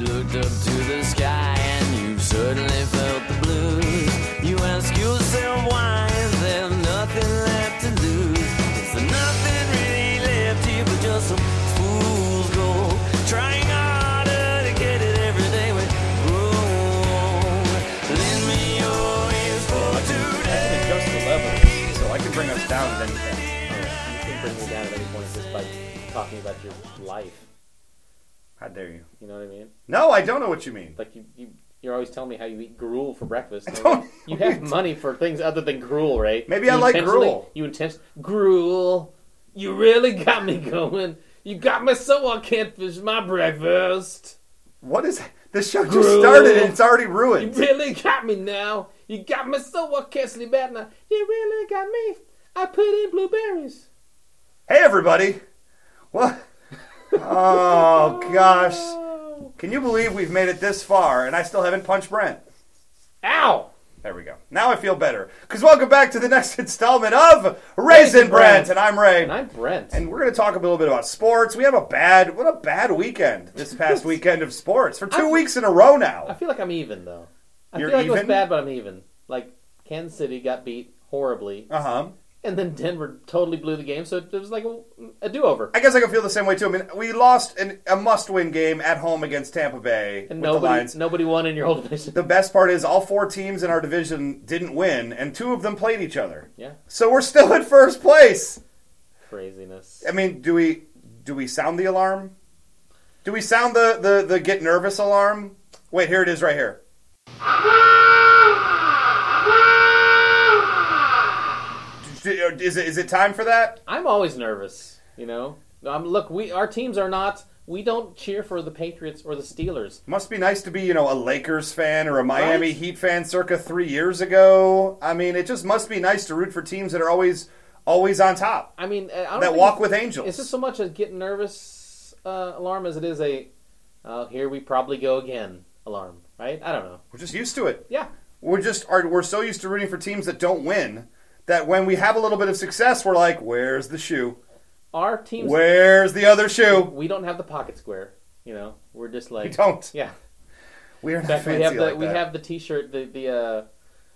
looked up to the sky and you certainly felt the blues. You ask yourself why is there nothing left to lose? Is there nothing really left here but just some fool's gold? Trying harder to get it every day we grow old. Lend me your ears for today. It goes to level, so I can bring us down with anything. You can bring me down at any point just by talking about your life. How dare you? You know what I mean? No, I don't know what you mean. Like you, you you're always telling me how you eat gruel for breakfast. I don't you know have what- money for things other than gruel, right? Maybe you I like intentionally- gruel. You intense gruel. You really got me going. You got me so I can't finish my breakfast. What is this show just Gruel. started and it's already You ruined? really got me now. You got me so I can't sleep at night. You really got me. I put in blueberries. Hey everybody! What? Oh gosh! Oh. Can you believe we've made it this far and I still haven't punched Brent? Ow! There we go. Now I feel better. Cause welcome back to the next installment of Raisin Raisin Brent. Brent, and I'm Ray. And I'm Brent. And we're going to talk a little bit about sports. We have a bad, what a bad weekend this past weekend of sports for two I- weeks in a row I now. feel like I'm even though. I You're feel like it even? was bad, but I'm even. Like Kansas City got beat horribly, Uh huh. and then Denver totally blew the game, so it was like a, a do-over. I guess I can feel the same way too. I mean, we lost an, a must-win game at home against Tampa Bay And with the nobody, Lions. nobody won in your whole division. The best part is all four teams in our division didn't win, and two of them played each other. yeah, So we're still in first place. craziness. I mean, do we do we sound the alarm? Do we sound the the, the get nervous alarm? Wait, here it is, right here. Is it is it time for that? I'm always nervous. You know, I'm, look, we our teams are not. We don't cheer for the Patriots or the Steelers. Must be nice to be, you know, a Lakers fan or a Miami Right? Heat fan circa three years ago. I mean, it just must be nice to root for teams that are always, always on top. I mean, I don't That think walk it's- with angels. Oh, It's just so much a get nervous uh, alarm as it is a uh, here we probably go again alarm, right? I don't know. We're just used to it. Yeah, We're just are we're so used to rooting for teams that don't win that when we have a little bit of success, we're like, "Where's the shoe? our teams Where's the other shoe?" we don't have the pocket square. You know, we're just like We don't. Yeah, We're in not fact, fancy we have the like we that. have the T-shirt, the the uh,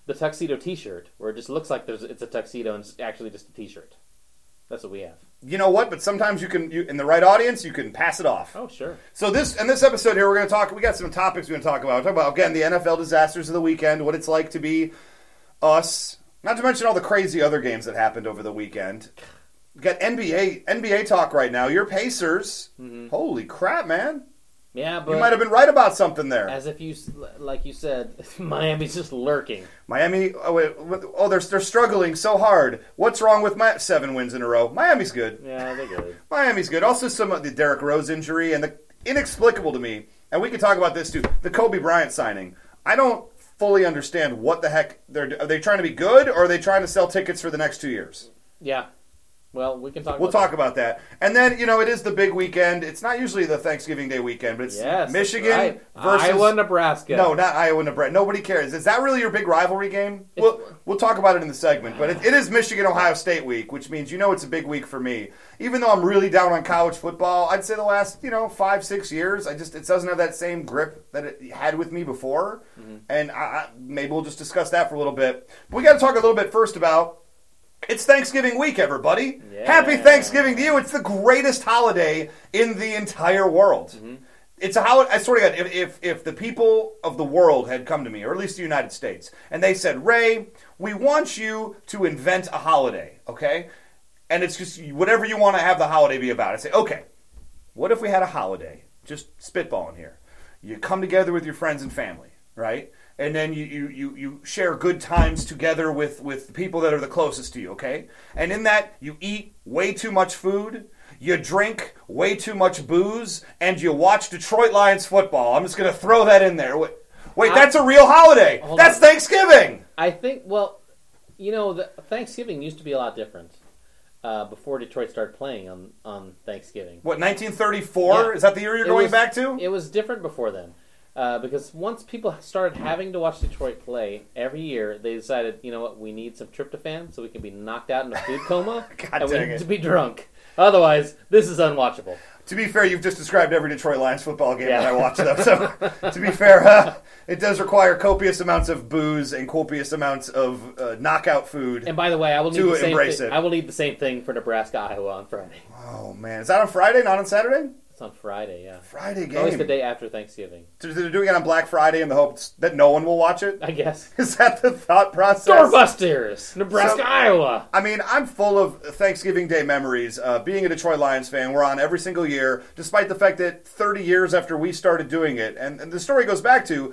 the tuxedo T-shirt, where it just looks like there's it's a tuxedo and it's actually just a T-shirt. That's what we have. You know what? But sometimes you can, you, in the right audience, you can pass it off. Oh sure, So this in this episode here, we're going to talk. We got some topics we're going to talk about. We're talking about again the NFL disasters of the weekend, what it's like to be us. Not to mention all the crazy other games that happened over the weekend. We got NBA NBA talk right now. Your Pacers, holy crap, man! yeah, You might Mm-hmm. but have been right about something there. as if you s- like you said, Miami's just lurking. Miami, oh, wait, oh they're they're struggling so hard. What's wrong with my seven wins in a row? Miami's good. Yeah, they're good. Miami's good. Also, some of the Derrick Rose injury and the inexplicable to me, and we can talk about this too. The Kobe Bryant signing. I don't fully understand what the heck they're. Are they trying to be good, or are they trying to sell tickets for the next two years? Yeah. Well, we can talk. We'll about talk about that. And then you know it is the big weekend. It's not usually the Thanksgiving Day weekend, but that. it's Yes, Michigan that's right. versus Iowa, Nebraska. No, not Iowa, Nebraska. Nobody cares. Is that really your big rivalry game? We'll, we'll talk about it in the segment, but it, it is Michigan Ohio State week, which means you know it's a big week for me. Even though I'm really down on college football, I'd say the last you know five six years, I just it doesn't have that same grip that it had with me before, and I, I, maybe we'll just discuss that for a little bit. But we got to talk a little bit first about. It's Thanksgiving week, everybody. Yeah. Happy Thanksgiving to you. It's the greatest holiday in the entire world. It's a holiday. I swear to God, if, if if the people of the world had come to me, or at least the United States, and they said, "Ray, we want you to invent a holiday, okay?" And it's just whatever you want to have the holiday be about. I say, "Okay, what if we had a holiday? Just spitballing here. You come together with your friends and family, right? And then you, you, you, you share good times together with, with the people that are the closest to you, okay? And in that, you eat way too much food, you drink way too much booze, and you watch Detroit Lions football. I'm just going to throw that in there. Wait, wait I- that's a real holiday. Hold That's on. Thanksgiving. I think. Well, you know, the, Thanksgiving used to be a lot different uh, before Detroit started playing on on Thanksgiving. What, 1934? Yeah. Is that the year you're It going was- back to? It was different before then. Uh, because once people started having to watch Detroit play every year, they decided, you know what, we need some tryptophan so we can be knocked out in a food coma God and we dang need it. to be drunk. Otherwise, this is unwatchable. To be fair, you've just described every Detroit Lions football game Yeah. that I watched. Up, so to be fair, uh, it does require copious amounts of booze and copious amounts of uh, knockout food. And by the way, I will need To the same embrace thi- it. I will need the same thing for Nebraska Iowa on Friday. oh man, is that on Friday? Not on Saturday? It's on Friday, yeah. Friday It's Always game. the day after Thanksgiving, So They're doing it on Black Friday in the hopes that no one will watch it. I guess. Is that the thought process? Doorbusters, Nebraska, So- Iowa. I mean, I'm full of Thanksgiving Day memories. Uh, being a Detroit Lions fan, we're on every single year, despite the fact that 30 years after we started doing it, and, and the story goes back to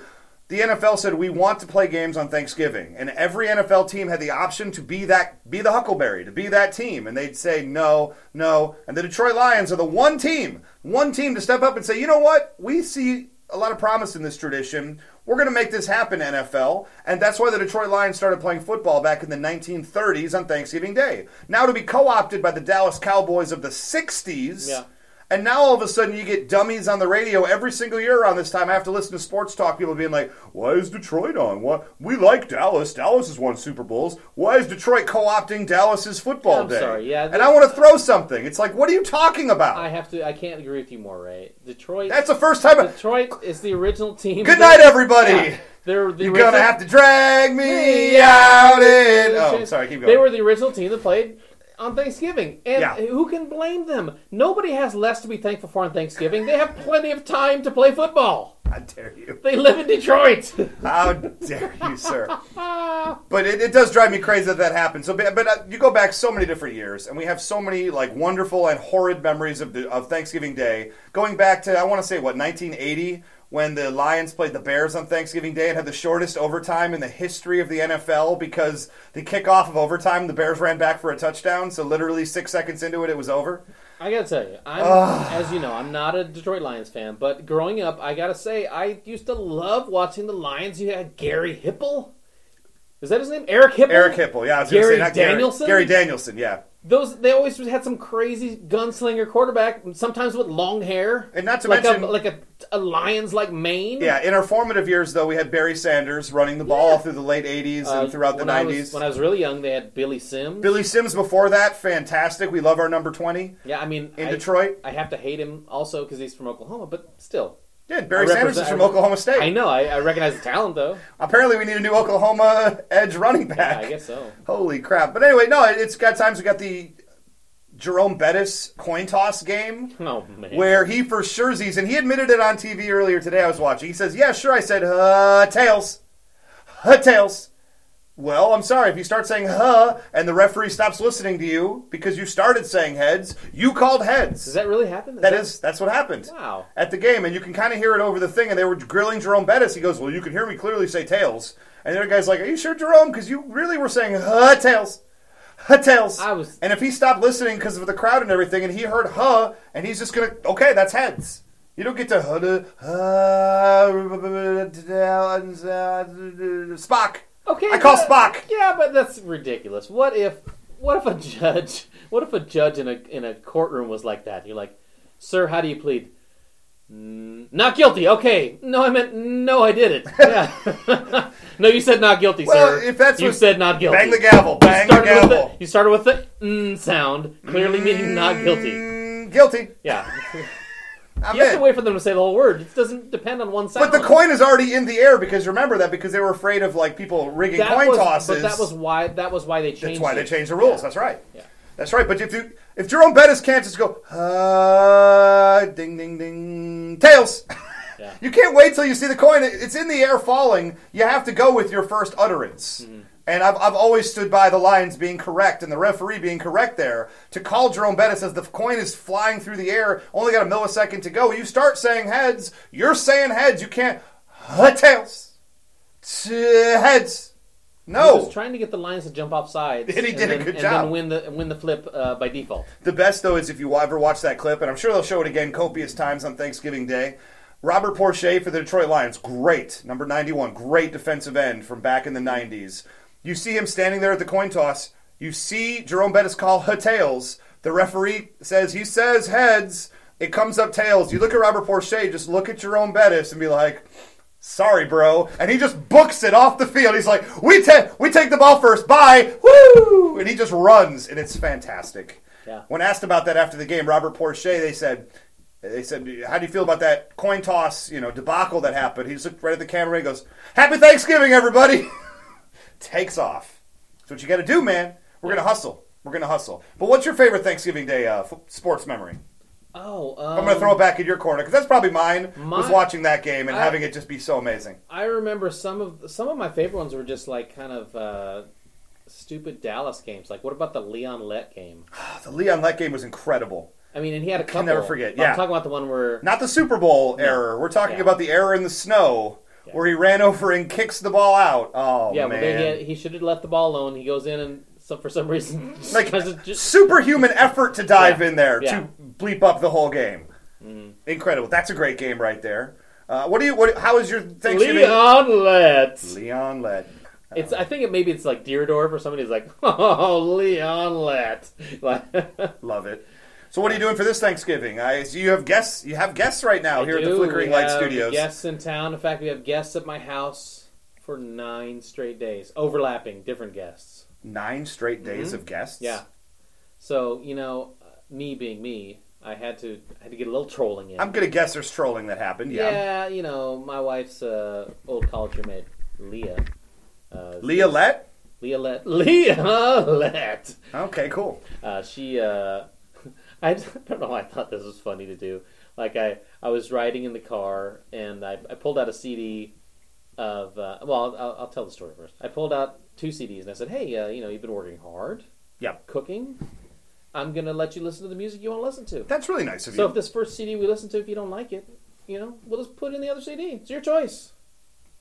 the NFL said we want to play games on Thanksgiving, and every NFL team had the option to be that, be the Huckleberry, to be that team, and they'd say no, no, and the Detroit Lions are the one team, one team to step up and say, you know what, we see a lot of promise in this tradition. We're going to make this happen, NFL. And that's why the Detroit Lions started playing football back in the 1930s on Thanksgiving Day. Now to be co opted by the Dallas Cowboys of the 60s. Yeah. And now all of a sudden you get dummies on the radio every single year around this time. I have to listen to sports talk people being like, why is Detroit on? Why We like Dallas. Dallas has won Super Bowls. Why is Detroit co opting Dallas's football I'm day? sorry. Yeah, and I want to throw something. It's like, what are you talking about? I have to. I can't agree with you more, Ray. Detroit. that's the first time. Detroit is the original team. Good night, that- everybody. Yeah. They're the You're original- gonna have to drag me out in. Oh, I'm sorry, keep going. They were the original team that played on Thanksgiving, and Yeah. who can blame them? Nobody has less to be thankful for on Thanksgiving. They have plenty of time to play football. How dare you? They live in Detroit. How dare you, sir? But it, it does drive me crazy that that happened. So, but but, uh, you go back so many different years, and we have so many like wonderful and horrid memories of the, of Thanksgiving Day. Going back to I want to say what 1980 when the Lions played the Bears on Thanksgiving Day and had the shortest overtime in the history of the NFL because the kickoff of overtime, the Bears ran back for a touchdown. So literally six seconds into it, it was over. I gotta tell you, I'm as you know, I'm not a Detroit Lions fan, but growing up, I gotta say, I used to love watching the Lions. You had Gary Hipple. Is that his name? Eric Hipple. Eric Hipple, yeah, I was gonna Gary say, not Gary- Danielson? Gary Danielson, yeah. Those they always had some crazy gunslinger quarterback, sometimes with long hair, And not to like mention- a, like a, a lions like mane. Yeah, in our formative years, though, we had Barry Sanders running the ball Yeah. through the late 80s Uh, and throughout the when 90s. I was, when I was really young, they had Billy Sims. Billy Sims before that, fantastic. We love our number 20 yeah, I mean, in I, Detroit. I have to hate him also because he's from Oklahoma, but still, Yeah, Barry I Sanders represent- is from Oklahoma State. I know I, I recognize the talent though. Apparently, we need a new Oklahoma edge running Yeah, back. I guess so. Holy crap. But anyway, no, it- it's got times we got the Jerome Bettis coin toss game. Oh man, Where he for surezies, and he admitted it on TV earlier today. I was watching. He says, "Yeah, sure." I said, "Uh, tails, huh, tails." Well, I'm sorry if you start saying "huh" and the referee stops listening to you because you started saying heads. You called does heads. that really happen? That is that's what happened wow. at the game, and you can kind of hear it over the thing. And they were grilling Jerome Bettis. He goes, "Well, you can hear me clearly say tails." And the other guy's like, "Are you sure, Jerome? Because you really were saying huh tails." Huh, tails. I was- and if he stopped listening because of the crowd and everything, and he heard huh, and he's just gonna okay, that's heads. You don't get to huh, to, huh Spock. Okay, I call but- Spock. Yeah, but that's ridiculous. What if what if a judge what if a judge in a in a courtroom was like that? You're like, sir, how do you plead? "Mm, Not guilty. Okay. No, I meant no. I did it. Yeah. no, you said not guilty, Well, sir. if that's you what- said not guilty. Bang the gavel. Bang the started with gavel. the, you started with the mm sound, clearly meaning not guilty. Mm, guilty. Yeah, I'm you have in. to wait for them to say the whole word. It doesn't depend on one sound. But the coin is already in the air because remember that because they were afraid of like people rigging That coin was- tosses. But that was why. That was why they changed. that's why they it. changed the rules. Yeah. That's right. Yeah. That's right. But if you if Jerome Bettis can't just go uh, ding ding ding tails. Yeah. You can't wait till you see the coin. It- It's in the air falling. You have to go with your first utterance. Mm-hmm. And I've, I've always stood by the Lions being correct and the referee being correct there. To call Jerome Bettis as the coin is flying through the air, only got a millisecond to go. You start saying heads. You're saying heads. You can't. Huh, tails. T- heads. He was No. trying to get the Lions to jump off sides. Oh! And he did a then, good and job. then win the win the flip uh, by default. The best though is if you ever watch that clip, and I'm sure they'll show it again copious times on Thanksgiving Day. Robert Porche for the Detroit Lions, great number 91, great defensive end from back in the 90s. You see him standing there at the coin toss. You see Jerome Bettis call "Huh, tails. The referee says he says heads. It comes up tails. You look at Robert Porche, just look at Jerome Bettis and be like, "Sorry, bro." And he just books it off the field. He's like, "We take we take the ball first. Bye." Woo! And he just runs, and it's fantastic. Yeah. When asked about that after the game, Robert Porche, they said, They said, "How do you feel about that coin toss, you know, debacle that happened?" He just looked right at the camera and goes, "Happy Thanksgiving, everybody!" Takes off. That's what you got to do, man. We're gonna hustle. We're gonna hustle. But what's your favorite Thanksgiving Day uh, f- sports memory? Oh, um, I'm gonna throw it back in your corner because that's probably mine. was my- watching that game and I- having it just be so amazing. I remember some of some of my favorite ones were just like kind of uh, stupid Dallas games. Like, what about the Leon Lett game? The Leon Lett game was incredible. I mean, and he had a couple. can never forget, I'm yeah. talking about the one where Not the Super Bowl error. We're talking Yeah. about the error in the snow Yeah. where he ran over and kicks the ball out. Oh yeah, man. well, he, had, he should have left the ball alone. He goes in and so, for some reason, just like kinda just- superhuman effort to dive Yeah. in there Yeah. Mm-hmm. to bleep up the whole game. Incredible. That's a great game right there. Uh, what do you? What? How is your Thanksgiving? Leon Lett. Leon Lett. It's. I think it maybe it's like Deerdorf or somebody's like, oh, Leon Lett. Like, Love it. So what are you doing for this Thanksgiving? I so you have guests. You have guests right now here at the Dude, Flickering we Light have Studios. Guests in town. In fact, we have guests at my house for nine straight days, overlapping different guests. Nine straight days of guests. Mm-hmm. Yeah. So you know, uh, me being me, I had to I had to get a little trolling in. I'm gonna guess there's trolling that happened. Yeah. yeah, you know, my wife's uh, old college roommate, Leah. Uh, Leah Lett. Leah Lett. Leah Lett. Okay, cool. Uh, she, uh, I don't know. why I thought this was funny to do. Like I, I was riding in the car and I, I pulled out a CD of. Uh, well, I'll, I'll tell the story first. I pulled out two CDs and I said, "Hey, uh, you know, you've been working hard. Yeah. Cooking. I'm gonna let you listen to the music you want to listen to. That's really nice of so you. if this first CD we listen to, if you don't like it, you know, we'll just put in the other CD. It's your choice."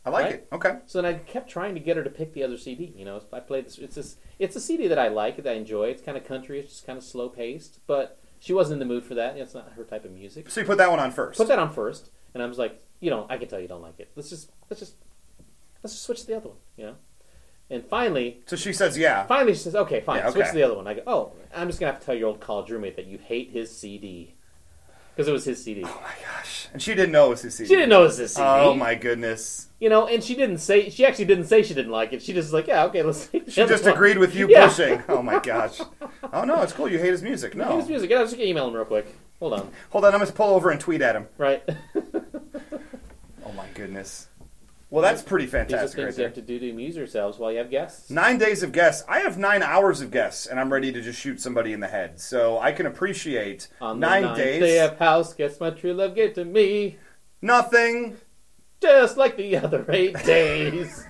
I like right? it. Okay. So then I kept trying to get her to pick the other CD. You know, I played this. It's this. It's a CD that I like that I enjoy. It's kind of country. It's just kind of slow paced. But she wasn't in the mood for that. It's not her type of music. So you put that one on first. Put that on first, and I was like, you know, I can tell you don't like it. Let's just let's just let's just switch to the other one. You know. And finally, so she says, "Yeah." finally she says, okay, fine, Yeah, okay. switch to the other one. I go, oh, I'm just gonna have to tell your old college roommate that you hate his CD because it was his CD. Oh my gosh. And she didn't know it was his CD. She didn't know it was his CD. Oh my goodness. You know, and she didn't say. She actually didn't say she didn't like it. She just was like, yeah, okay, let's. She She just agreed with you Yeah. pushing. Oh my gosh. Oh no, it's cool. You hate his music. Give us No. music. I was just gonna email him real quick. Hold on. Hold on, I'm gonna pull over and tweet at him. Right. Oh my goodness. Well, that's pretty These are fantastic right things you there. have to do to amuse yourselves while you have guests. Nine days of guests. I have nine hours of guests, and I'm ready to just shoot somebody in the head. So I can appreciate On the nine ninth days. Day of house, guess my true love gave to me, Nothing. just like the other eight days.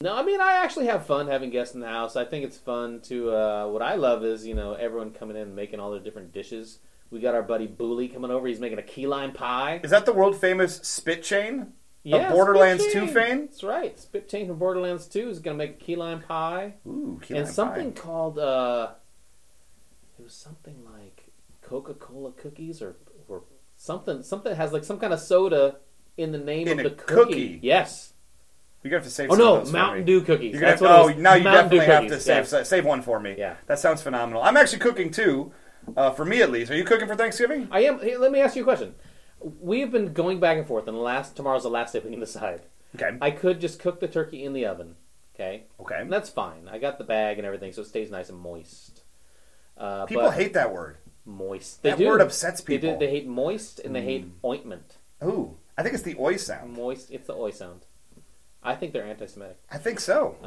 no, I mean I actually have fun having guests in the house. I think it's fun to. Uh, what I love is you know everyone coming in and making all their different dishes. We got our buddy Booley coming over. He's making a key lime pie. Is that the world famous spit chain? Yeah, Borderlands Spit 2 Chain. fan? That's right. Spit Chain from Borderlands 2 is going to make a key lime pie. Ooh, key and lime something pie. called, uh, it was something like Coca Cola cookies or, or something. Something that has like some kind of soda in the name In of a the cookie. cookie. Yes. You're gonna have to save. Oh, some of no. those for me. Mountain Dew cookies. You're gonna That's have, what oh, it was. now you Mountain Dew definitely have to cookies, save yeah. save one for me. Yeah. that sounds phenomenal. I'm actually cooking too, uh, for me at least. Are you cooking for Thanksgiving? I am. Hey, let me ask you a question. We've been going back and forth, and last tomorrow's the last day we can decide. Okay, I could just cook the turkey in the oven. Okay. okay. And that's fine. I got the bag and everything, so it stays nice and moist. Uh, People but hate that word. moist. They that do. word upsets They, people. do. they hate moist and they hate ointment. Ooh, I think it's the oi sound. Moist. It's the oi sound. I think they're anti-Semitic. I think so.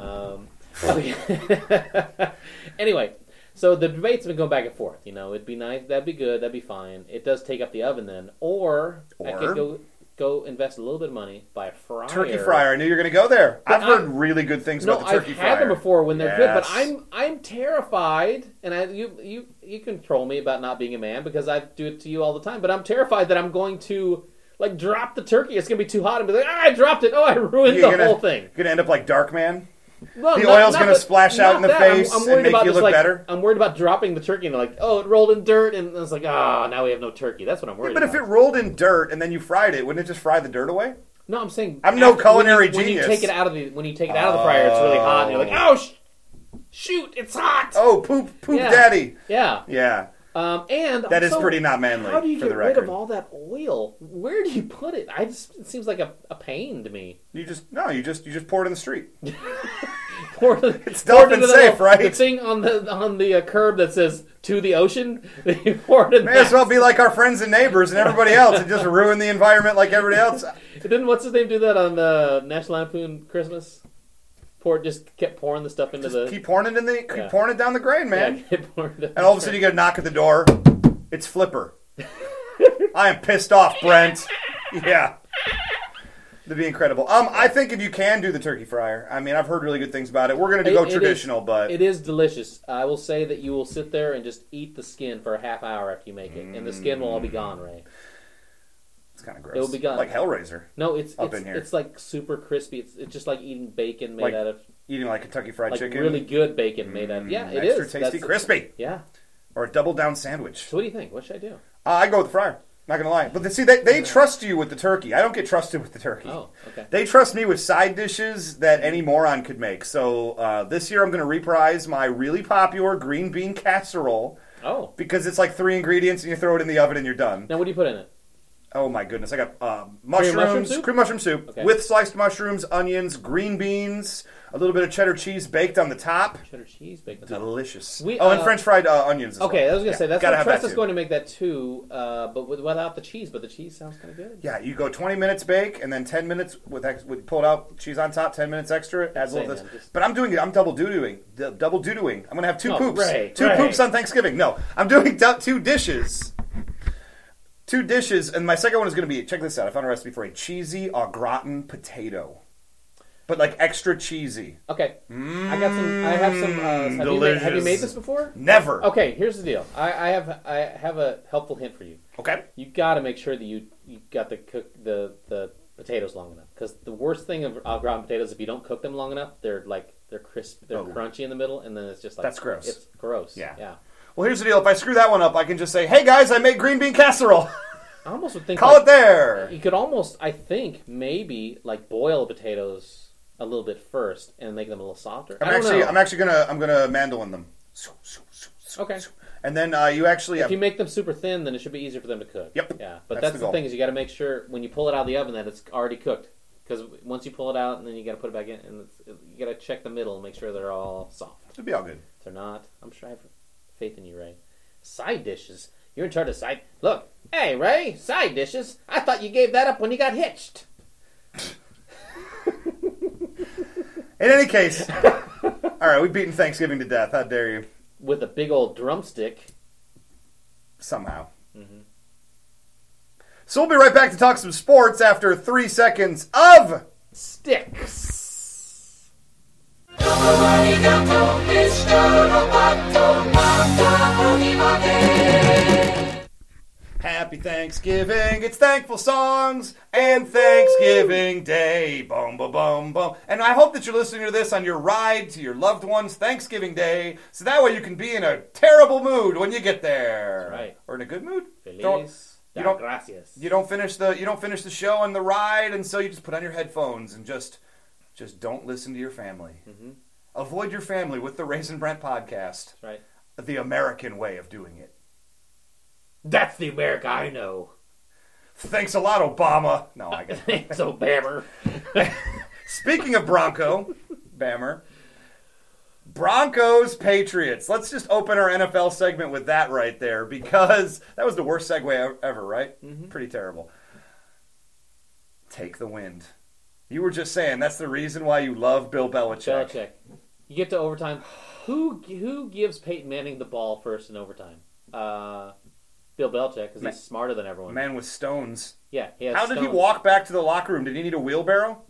Um, okay. anyway, so the debate's been going back and forth. You know, it'd be nice. That'd be good. That'd be fine. It does take up the oven then, or, I Or- could go go invest a little bit of money buy a fryer. Turkey fryer. I knew you were gonna go there. I've I- heard really good things No, about the I've turkey fryer. had them before when they're good, but Yes. I'm I'm terrified, and I you you you can troll me about not being a man because I do it to you all the time. But I'm terrified that I'm going to like drop the turkey. It's gonna be too hot, and be like, ah, I dropped it. Oh, I ruined You're the gonna, whole thing. You're gonna end up like Dark Man. Well, the oil's gonna that- splash out not in the that. I'm- face I'm, and worried make about you just, look like, better. I'm worried about dropping the turkey and they're like, oh, it rolled in dirt, and it's like, ah, now we have no turkey. That's what I'm worried But if about. it rolled in dirt and then you fried it, wouldn't it just fry the dirt away? no, I'm saying I'm no after- culinary when you, genius. When you take it out of the when you take it out of the fryer, it's really hot, and you're like, Oh. oh, sh- shoot, it's hot. Oh, poop, poop, Yeah. daddy. Yeah. Yeah, Um, and that is also, pretty not manly. How do you for get the rid record. of all that oil? Where do you put it? I just it seems like a, a pain to me. You just no, you just you just pour it in the street. poured, it's dolphin safe, right? The thing on the on the uh, curb that says "to the ocean." They poured it. May as back. well be like our friends and neighbors and everybody else and just ruin the environment like everybody else. Didn't what's his name do that on uh, National Lampoon Christmas? Poured just kept pouring the stuff into the Keep pouring it in the, keep Yeah. pouring it down the drain, yeah, man. kept pouring it. And all of a sudden you get a knock at the door. It's Flipper. I am pissed off, Brent. Yeah. That'd be incredible. Um, I think if you can do the turkey fryer, I mean, I've heard really good things about it. We're gonna It- go it is- traditional, but It is delicious. I will say that you will sit there and just eat the skin for a half hour after you make it, and the skin will all Mm. be gone, Ray. it's kind of gross. it'll be gone. Like Hellraiser, No, it's Up it's, in here. it's like super crispy. It's it's just like eating bacon made Like out of eating like Kentucky Fried like Chicken. Mm, really good bacon made out. of... Yeah, it is extra tasty, That's- crispy, Yeah. or a double down sandwich. So what do you think? What should I do? Uh, I go with the fryer. Not gonna lie, but the, see, they, they trust you with the turkey. I don't get trusted with the turkey. Oh, okay. They trust me with side dishes that any moron could make. So uh, this year I'm going to reprise my really popular green bean casserole Oh. because it's like three ingredients and you throw it in the oven and you're done. Now what do you put in it? Oh my goodness! I got uh, mushrooms, cream mushroom soup, soup? Okay. with sliced mushrooms, onions, green beans, a little bit of cheddar cheese baked on the top. Cheddar cheese bacon. Delicious. We, oh, and uh, French fried uh, onions. As Okay, well. I was gonna Yeah, say that's gotta what have Tress that is too. going to make that too, uh, but with, without the cheese. But the cheese sounds kind of good. Yeah, you go 20 minutes bake and then 10 minutes with ex- with pulled out cheese on top, 10 minutes extra, adds a little this. Say, man, just- But I'm doing it. I'm double doo-dooing. D- double doo-dooing. I'm going to have two No, poops. Ray, two Ray. poops on Thanksgiving. No, I'm doing du- two dishes. Two dishes and my second one is going to be check this out. I found a recipe for a cheesy au gratin potato. But like extra cheesy. Okay, I got some. I have some. Uh, have, you made, have you delicious. made this before? Never. Okay, here's the deal. I, I have I have a helpful hint for you. Okay. You got to make sure that you you got the cook the the potatoes long enough because the worst thing of au gratin potatoes if you don't cook them long enough they're like they're crisp they're Oh. crunchy in the middle and then it's just like That's gross. It's gross. Yeah. yeah. Well, here's the deal. If I screw that one up, I can just say, "Hey guys, I made green bean casserole." I almost would think Call like, it there. You could almost, I think, maybe like boil potatoes a little bit first and make them a little softer. I'm I don't actually know. I'm actually gonna I'm gonna mandolin them. Okay. And then uh, you actually If you make them super thin, then it should be easier for them to cook. Yep. Yeah, but That's that's, the the, goal. thing is you got to make sure when you pull it out of the oven that it's already cooked because once you pull it out and then you got to put it back in and it's, you got to check the middle and make sure they're all soft. it'll be all good. If they're not, I'm sure I have faith in you, Ray. Side dishes. You're in charge of side. Look, hey Ray, side dishes. I thought you gave that up when you got hitched. In any case, all right, we've beaten Thanksgiving to death. How dare you? With a big old drumstick. Somehow. Mm-hmm. So we'll be right back to talk some sports after three seconds of. sticks. Happy Thanksgiving. It's thankful songs and Thanksgiving Day. Boom, boom, boom, boom. And I hope that you're listening to this on your ride to your loved one's Thanksgiving Day, so that way you can be in a terrible mood when you get there. That's right. Or in a good mood. Don't- Feliz you don't- gracias. you don't finish the you don't finish the show on the ride, and so you just put on your headphones and just just don't listen to your family. Mm-hmm. Avoid your family with the Raisin Brent podcast, That's right. the American way of doing it. That's the America I know. Thanks a lot, Obama. No, I guess. so Bammer. Speaking of Bronco, Bammer, Broncos Patriots. Let's just open our NFL segment with that right there because that was the worst segue e- ever, right? Pretty terrible. Take the wind. You were just saying that's the reason why you love Bill Belichick. Belichick. You get to overtime. Who who gives Peyton Manning the ball first in overtime? Uh, Bill Belichick because Ma- he's smarter than everyone. Man with stones. yeah. He has How did he stones. walk back to the locker room? Did he need a wheelbarrow?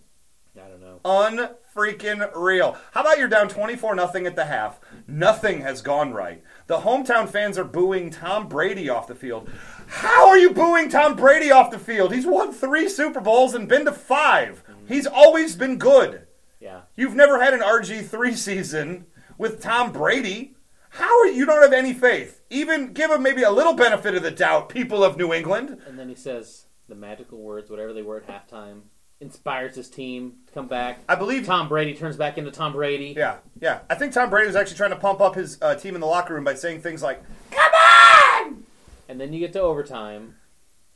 I don't know. unfreaking real. How about you're down 24 nothing at the half? Nothing has gone right. The hometown fans are booing Tom Brady off the field. How are you booing Tom Brady off the field? He's won 3 Super Bowls and been to 5. He's always been good. Yeah. You've never had an RG3 season with Tom Brady. How are you don't have any faith? Even give him maybe a little benefit of the doubt, people of New England. And then he says the magical words, whatever they were at halftime, inspires his team to come back. I believe Tom Brady turns back into Tom Brady. Yeah, yeah. I think Tom Brady was actually trying to pump up his uh, team in the locker room by saying things like, And then you get to overtime,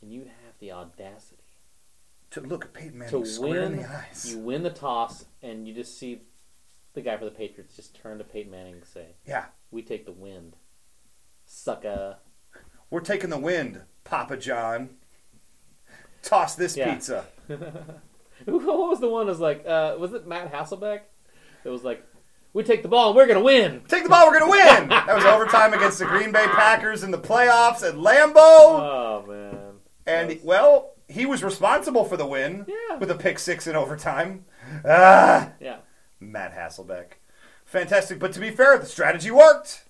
and you have the audacity to look at Peyton Manning to square in win. the eyes. You win the toss, and you just see the guy for the Patriots just turned to Peyton Manning and say, Yeah, "We take the wind, sucker." we're taking the wind, Papa John. Toss this Yeah. pizza. Who what was the one? that was like, uh, was it Matt Hasselbeck? It was like, "We take the ball and we're gonna win." Take the ball, we're gonna win. that was overtime against the Green Bay Packers in the playoffs at Lambeau. Oh man. and that's- well, he was responsible for the win Yeah. with a pick six in overtime. Ah, Yeah. Matt Hasselbeck, fantastic. But to be fair, the strategy worked.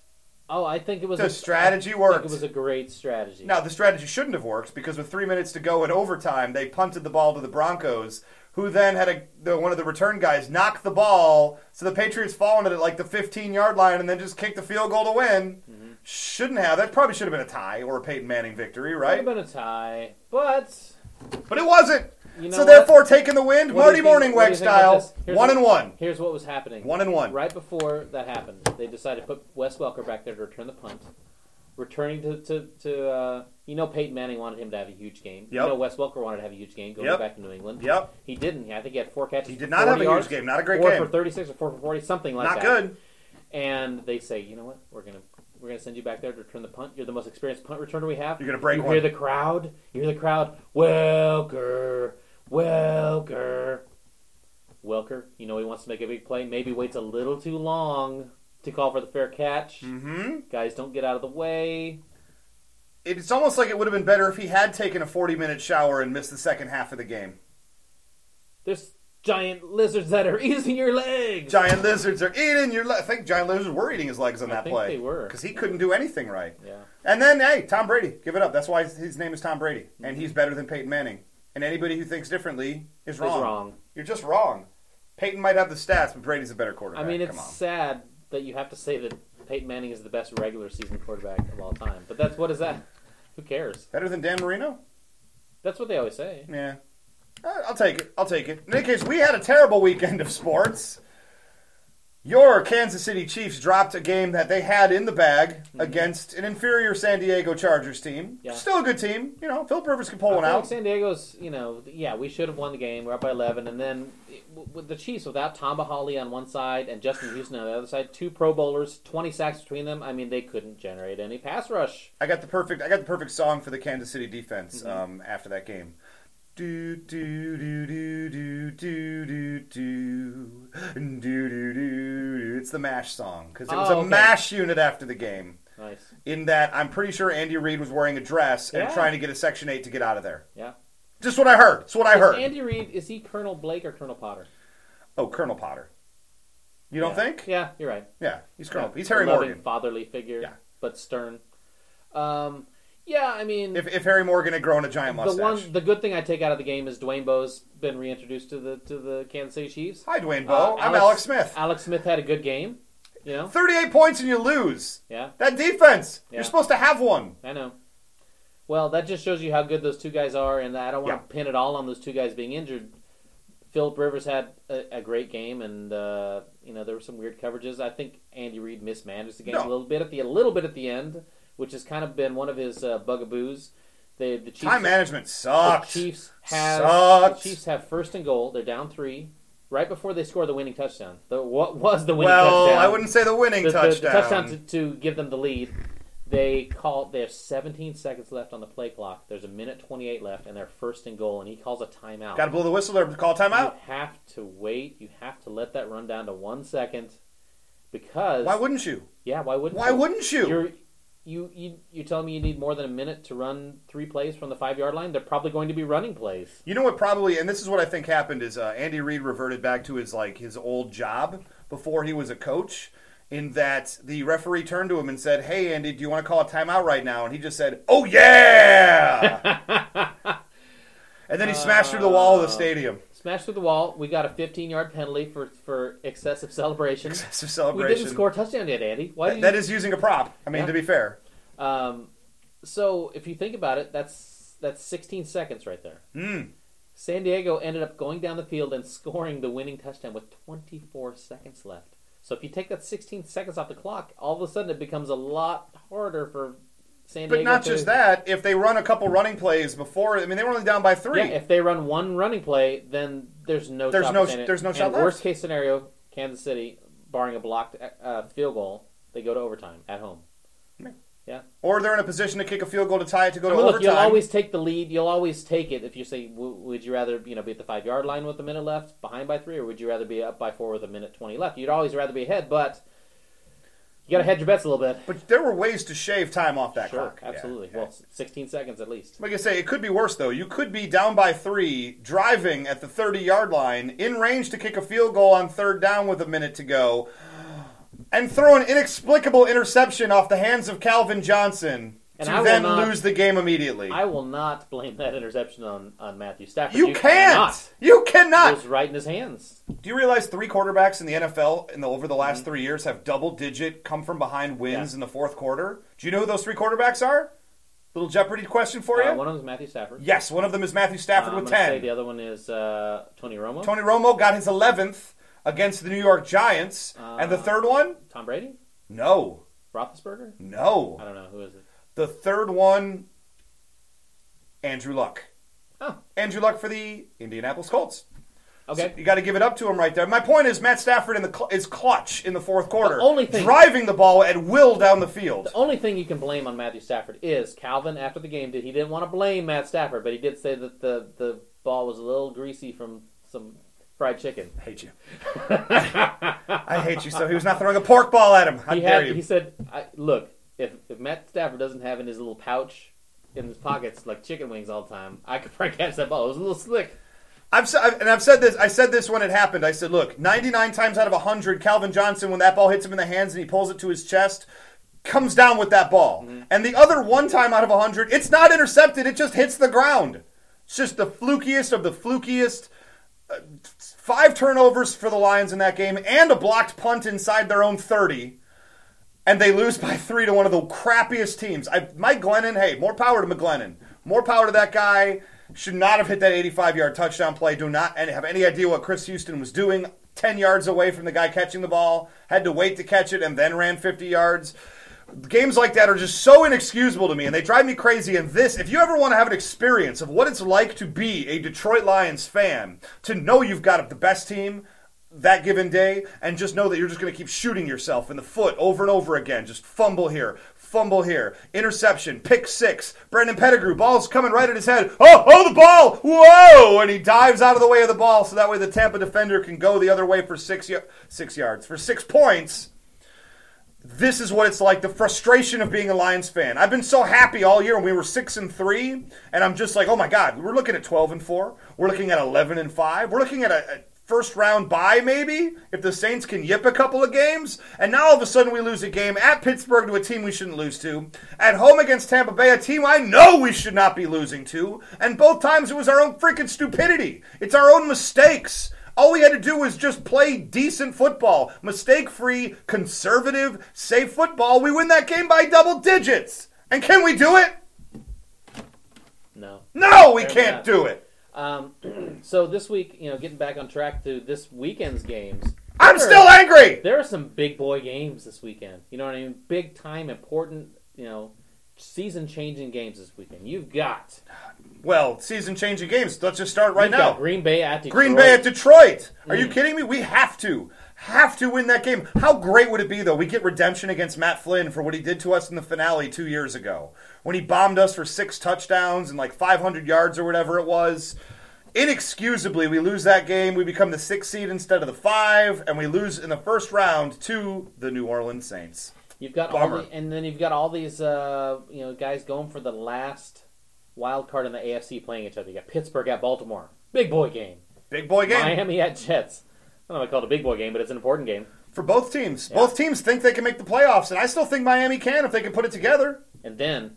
Oh, I think it was The a, strategy I think worked. It was a great strategy. Now the strategy shouldn't have worked because with three minutes to go in overtime, they punted the ball to the Broncos, who then had a the, one of the return guys knock the ball, so the Patriots fallen at like the 15 yard line and then just kicked the field goal to win. Shouldn't have. That probably should have been a tie or a Peyton Manning victory, Could right? have been a tie, but But it wasn't. you know so what? therefore, taking the wind, What do you Marty think- what Morningweg do you think about style, this? Here's one what- and one, here's what was happening. one and one. Right before that happened, they decided to put Wes Welker back there to return the punt. Returning to, to, to uh, you know, Peyton Manning wanted him to have a huge game. Yep. You know, Wes Welker wanted to have a huge game, going Yep. back to New England. Yep, He didn't. I think he had four catches. he for did not have 40 a yards, huge game. Not a great four game. for 36 or four for 40, something like Not that. good. And they say, you know what? We're going to we're gonna send you back there to return the punt. You're the most experienced punt returner we have. You're gonna break You one. hear the crowd. You hear the crowd. Welker, Welker, Welker. You know he wants to make a big play. Maybe waits a little too long to call for the fair catch. Mm-hmm. Guys, don't get out of the way. It's almost like it would have been better if he had taken a 40 minute shower and missed the second half of the game. There's giant lizards that are eating your legs. Giant lizards are eating your. Le- I think giant lizards were eating his legs on I that think play they were. because he couldn't do anything right. Yeah. And then, hey, Tom Brady, give it up. That's why his name is Tom Brady, and Mm-hmm. he's better than Peyton Manning. And anybody who thinks differently is Wrong. wrong. wrong. You're just wrong. Peyton might have the stats, but Brady's a better quarterback. I mean, Come it's on. sad that you have to say that Peyton Manning is the best regular season quarterback of all time. But that's what is that? Who cares? better than Dan Marino. That's what they always say. Yeah, I- I'll take it. I'll take it. In any case, we had a terrible weekend of sports. Your Kansas City Chiefs dropped a game that they had in the bag against an inferior San Diego Chargers team. Mm-hmm. Yeah. Still a good team. You know, Philip Rivers could pull I one feel like out. San Diego's, you know, yeah, we should have won the game. We're up by 11. And then w- with the Chiefs, without Tom Bahali on one side and Justin Houston on the other side, two Pro Bowlers, 20 sacks between them, I mean, they couldn't generate any pass rush. I got the perfect. I got the perfect song for the Kansas City defense Mm-hmm. um, after that game. Do do do do do do do do do do do do. It's the Mash song because it was Oh, a okay. Mash unit after the game. Nice. in that I'm pretty sure Andy Reid was wearing a dress and Yeah. trying to get a Section 8 to get out of there. Yeah. Just what I heard. It's what I Is heard. Andy Reid, is he Colonel Blake or Colonel Potter? oh, Colonel Potter. You don't Yeah. think? Yeah, you're right. Yeah, he's Colonel. Yeah. He's Harry A loving, Morgan. fatherly figure, Yeah. but stern. Um, yeah, I mean, If, if Harry Morgan had grown a giant the mustache. one, the good thing I take out of the game is Dwayne Bowe's been reintroduced to the to the Kansas City Chiefs. Hi, Dwayne Uh, Bowe. I'm Alex Smith. Alex Smith had a good game. You know, 38 points and you lose. yeah, That defense. Yeah. You're supposed to have one. I know. Well, that just shows you how good those two guys are, and I don't want Yeah. to pin it all on those two guys being injured. Philip Rivers had a, a great game, and uh, you know there were some weird coverages. I think Andy Reid mismanaged the game No. a little bit at the a little bit at the end, which has kind of been one of his uh, bugaboos. The the Chiefs Time management the sucks. Chiefs have Sucks. the Chiefs have first and goal. They're down three right before they score the winning touchdown. The, what was the winning Well, touchdown? I wouldn't say the winning the, the- touchdown. the touchdown to, to give them the lead. They call. There's 17 seconds left on the play clock. There's a minute 28 left, and they're first and goal. And he calls a timeout. Got to blow the whistle there. Call timeout. You have to wait. You have to let that run down to one second, because Why wouldn't you? yeah? Why wouldn't? Why you? wouldn't you? You're, you you you're telling me you need more than a minute to run three plays from the five yard line? They're probably going to be running plays. You know what? Probably, and this is what I think happened is uh, Andy Reid reverted back to his like his old job before he was a coach. In that the referee turned to him and said, "Hey, Andy, do you want to call a timeout right now?" And he just said, "Oh yeah!" and then he smashed through the wall Uh, of the stadium. Smash through the wall. We got a 15 yard penalty for, for excessive celebration. Excessive We celebration. didn't score a touchdown yet, Andy. Why did That- you? that is using a prop. I mean, Yeah. to be fair, um, so if you think about it, that's that's 16 seconds right there. Hmm. San Diego ended up going down the field and scoring the winning touchdown with 24 seconds left. So if you take that 16 seconds off the clock, all of a sudden it becomes a lot harder for San but Diego. not to- just that. If they run a couple running plays before, I mean, they were only down by three. Yeah, if they run one running play, then there's no There's shot no- for San- there's no and shot left. Worst case scenario, Kansas City barring a blocked uh, field goal, they go to overtime at home. Or they're in a position to kick a field goal to tie it to go to I mean, look, overtime. you'll always take the lead. You'll always take it if you say, w- "Would you rather you know be at the five yard line with a minute left, behind by three, or would you rather be up by four with a minute twenty left?" You'd always rather be ahead, but you got to hedge your bets a little bit. but there were ways to shave time off that sure, clock. Yeah, absolutely. yeah. Well, s- sixteen seconds at least. Like I say, it could be worse though. You could be down by three, driving at the thirty-yard line, in range to kick a field goal on third down with a minute to go, and throw an inexplicable interception off the hands of Calvin Johnson And to I will then not- lose the game immediately. I will not blame that interception on, on Matthew Stafford. you, can't. cannot. You It cannot. was right in his hands. Do you realize three quarterbacks in the NFL in the, over the last three years have double-digit come from behind wins Mm-hmm. Yeah. in the fourth quarter? Do you know who those three quarterbacks are? Little Jeopardy question for you. Uh, one of them is Matthew Stafford. yes, one of them is Matthew Uh, Stafford I'm with gonna ten. Say the other one is uh, Tony Romo. Oh. Tony Romo got his 11th against the New York Giants. and the Uh, third one? Tom Brady. No. Roethlisberger. I No. don't know who is it. The third one, Andrew Luck. Oh. Andrew Luck for the Indianapolis Colts. Okay. So you got to give it up to him right there. My point is Matt Stafford in the cl- is clutch in the fourth quarter. only thing- driving the ball at will down the field. The only thing you can blame on Matthew Stafford is Calvin after the game did he didn't want to blame Matt Stafford, but he did say that the the ball was a little greasy from some fried chicken. I hate you. I hate you. So he was not throwing a pork ball at him. How He dare had you? he said, I, "Look, if if Matt Stafford doesn't have in his little pouch in his pockets like chicken wings all the time, I could probably catch that ball. It was a little slick." I've, s- I've and I've said this. I said this when it happened. I said, look, 99 times out of 100, Calvin Johnson, when that ball hits him in the hands and he pulls it to his chest, comes down with that ball. And the other one time out of 100, it's not intercepted. It just hits the ground. It's just the flukiest of the flukiest. Uh, five turnovers for the Lions in that game, and a blocked punt inside their own 30. And they lose by three to one of the crappiest teams. I, Mike Glennon, hey, more power to McGlennon. More power to that guy. Should not have hit that 85 yard touchdown play. Do not any, have any idea what Chris Houston was doing. 10 yards away from the guy catching the ball. Had to wait to catch it and then ran 50 yards. Games like that are just so inexcusable to me and they drive me crazy. And this, if you ever want to have an experience of what it's like to be a Detroit Lions fan, to know you've got the best team, that given day and just know that you're just going to keep shooting yourself in the foot over and over again. Just fumble here, fumble here, interception, pick six. Brandon Pettigrew, ball's coming right at his head. Oh, oh, the ball! Whoa! And he dives out of the way of the ball so that way the Tampa defender can go the other way for six, y- six yards, for six points. This is what it's like the frustration of being a Lions fan. I've been so happy all year, and we were six and three, and I'm just like, oh my god, we're looking at twelve and four, we're looking at eleven and five, we're looking at a, a first round bye maybe if the Saints can yip a couple of games, and now all of a sudden we lose a game at Pittsburgh to a team we shouldn't lose to, at home against Tampa Bay, a team I know we should not be losing to, and both times it was our own freaking stupidity, it's our own mistakes. All we had to do was just play decent football, mistake free, conservative, safe football. We win that game by double digits. And can we do it? No. No, we Fair can't enough. do it. Um, so this week, you know, getting back on track to this weekend's games. I'm Sure. still angry. There are some big boy games this weekend. You know what I mean? Big time, important, you know, season changing games this weekend. You've got Well, season changing games. Let's just start right you've now. got Green Bay at Detroit. Green Bay at Detroit. Are you kidding me? We have to. Have to win that game. How great would it be, though? We get redemption against Matt Flynn for what he did to us in the finale two years ago when he bombed us for six touchdowns and like 500 yards or whatever it was. Inexcusably, we lose that game. We become the sixth seed instead of the five, and we lose in the first round to the New Orleans Saints. You've got Bummer. all the, and then you've got all these uh, you know guys going for the last wild card in the AFC playing each other. You got Pittsburgh at Baltimore. Big boy game. Big boy game Miami at Jets. I don't know if I call it a big boy game, but it's an important game. for both teams. Both teams think they can make the playoffs, and I still think Miami can if they can put it together. And then,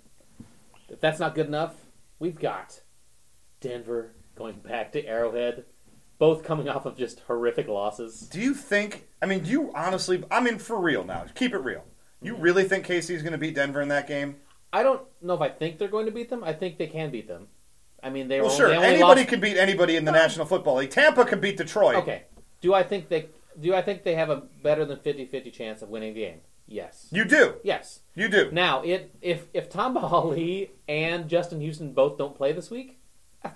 if that's not good enough, we've got Denver going back to Arrowhead, both coming off of just horrific losses. Do you think? I mean, you honestly. I mean, for real now. Keep it real. You really think KC's going to beat Denver in that game? I don't know if I think they're going to beat them. I think they can beat them. I mean, they Well, were sure. They only Anybody lost, can beat anybody in the National Football League. Tampa can beat Detroit. Okay. Do I think they? Do I think they have a better than 50-50 chance of winning the game? Yes. You do. Yes. You do. Now, it if if Tom Bahali and Justin Houston both don't play this week,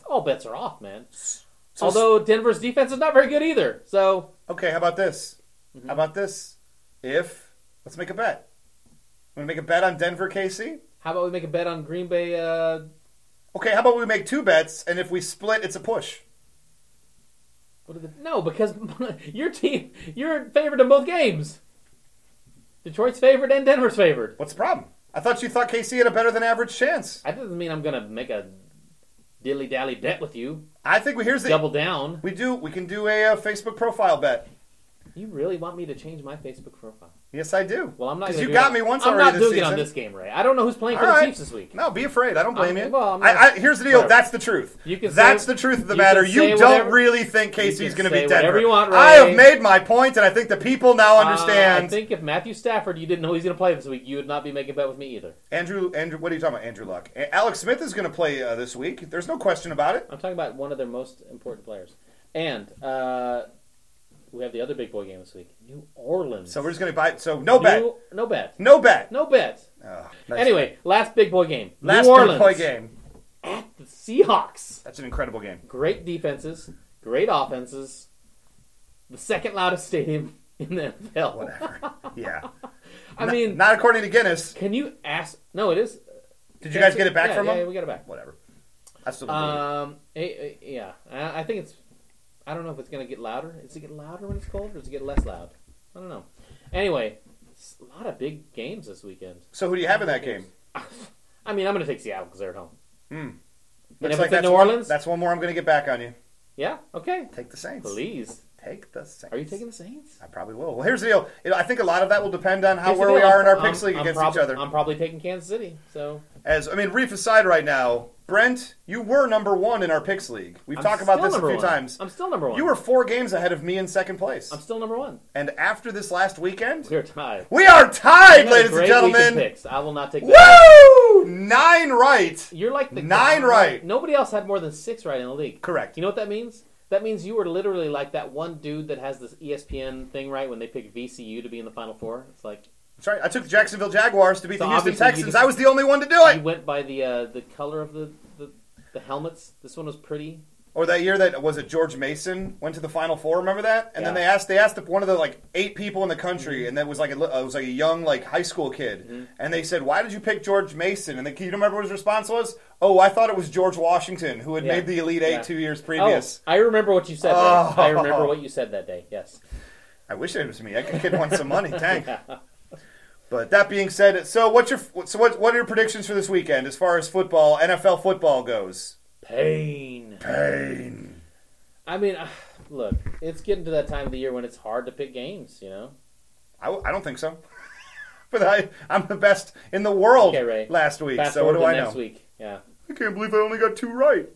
all bets are off, man. So- Although Denver's defense is not very good either, so Okay. How about this? How about this? If let's make a bet. Want to make a bet on Denver KC? How about we make a bet on Green Bay? Uh, Okay, how about we make two bets, and if we split, it's a push. what are the, no, because your team, you're favored in both games. Detroit's favored and Denver's favored. What's the problem? I thought you thought KC had a better than average chance. That doesn't mean I'm gonna make a dilly dally bet with you. I think we here's the Double down. we do we can do a, uh Facebook profile bet. You really want me to change my Facebook profile? Yes, I do. Well, I'm not. because gonna you do got it. me once I'm already not this doing season. it on this game, Ray. I don't know who's playing for All the right. Chiefs this week. No, be afraid. I don't blame I'm- you. well, I'm I, not- I, here's the deal. whatever. That's the truth. You can That's say- the truth of the you matter. can You say don't whatever- really think can Casey's going to say beat Denver. whatever you want, I have Ray. made my point, and I think the people now Uh, I understand. think if Matthew Stafford, you didn't know he's going to play this week, you would not be making a bet with me either. Andrew, Andrew, what are you talking about? Andrew Luck. A- Alex Smith is going to play uh, this week. There's no question about it. I'm talking about one of their most important players. And uh, we have the other big boy game this week, New Orleans. So we're just going to buy. So no bet. New- no bet. No bet. No bet. Oh, nice. Anyway, last big boy game. last New Orleans. point game. The Seahawks. That's an incredible game. Great defenses. Great offenses. The second loudest stadium in the NFL. Whatever. yeah. I Not- mean, not according to Guinness. can you ask? No, it is. Did you guys get it back yeah, from yeah, him? Yeah, we got it back. Whatever. I still don't believe it. Um, eh, eh, yeah, I I think it's. I don't know if it's gonna get louder. Is it get louder when it's cold, or does it get less loud? I don't know. Anyway, it's a lot of big games this weekend. So who do you have in that game? I mean, I'm gonna take Seattle because they're at home. Hmm. Looks if like it's in that's New one- Orleans? that's one more I'm going to get back on you. Yeah. Okay. Take the Saints. Please, Take the Saints. are you taking the Saints? I probably will. Well, here's the deal. You know, I think a lot of that will depend on how Here's the where we deal, are in our I'm- picks league I'm against prob- each other. I'm probably taking Kansas City. So As I mean, reef aside right now, Brent, you were number one in our picks league. We've I'm talked about still this a few number one. times. I'm still number one. You were four games ahead of me in second place. I'm still number one. And after this last weekend, We're tied. we are tied, Another ladies and great week of gentlemen. picks. I will not take. That. Woo! Nine right. You're like the Nine right. Nobody else had more than six right in the league. Correct. You know what that means? That means you were literally like that one dude that has this E ESPN thing right when they pick VCU to be in the Final Four. It's like Sorry, I took the Jacksonville Jaguars to beat So the Houston obviously you Texans. just- I was the only one to do you it. went by the uh, the color of the, the the helmets. This one was pretty. Or that year that was it George Mason went to the Final Four. Remember that? And then Yeah. Mm-hmm. they asked they asked if one of the like eight people in the country, and that was like a, li- uh, it was like a young like high school kid, and they said, "Why did you pick George Mason?" And the kid, you remember what his response was? "Oh, I thought it was George Washington who had Yeah. made the Elite Eight Yeah. two years previous." Oh, I remember what you said. Oh. Ray. I remember what you said that day. Yes. Oh. I wish it was me. I could kid want some money, dang. But that being said, so what's your so what what are your predictions for this weekend as far as football NFL football goes? Pain. Pain. I mean, uh, look, it's getting to that time of the year when it's hard to pick games. You know. I, I don't think so. but I, I'm the best in the world Okay, Ray. last week, Fast so what forward do to I know? next week. Yeah. I can't believe I only got two right.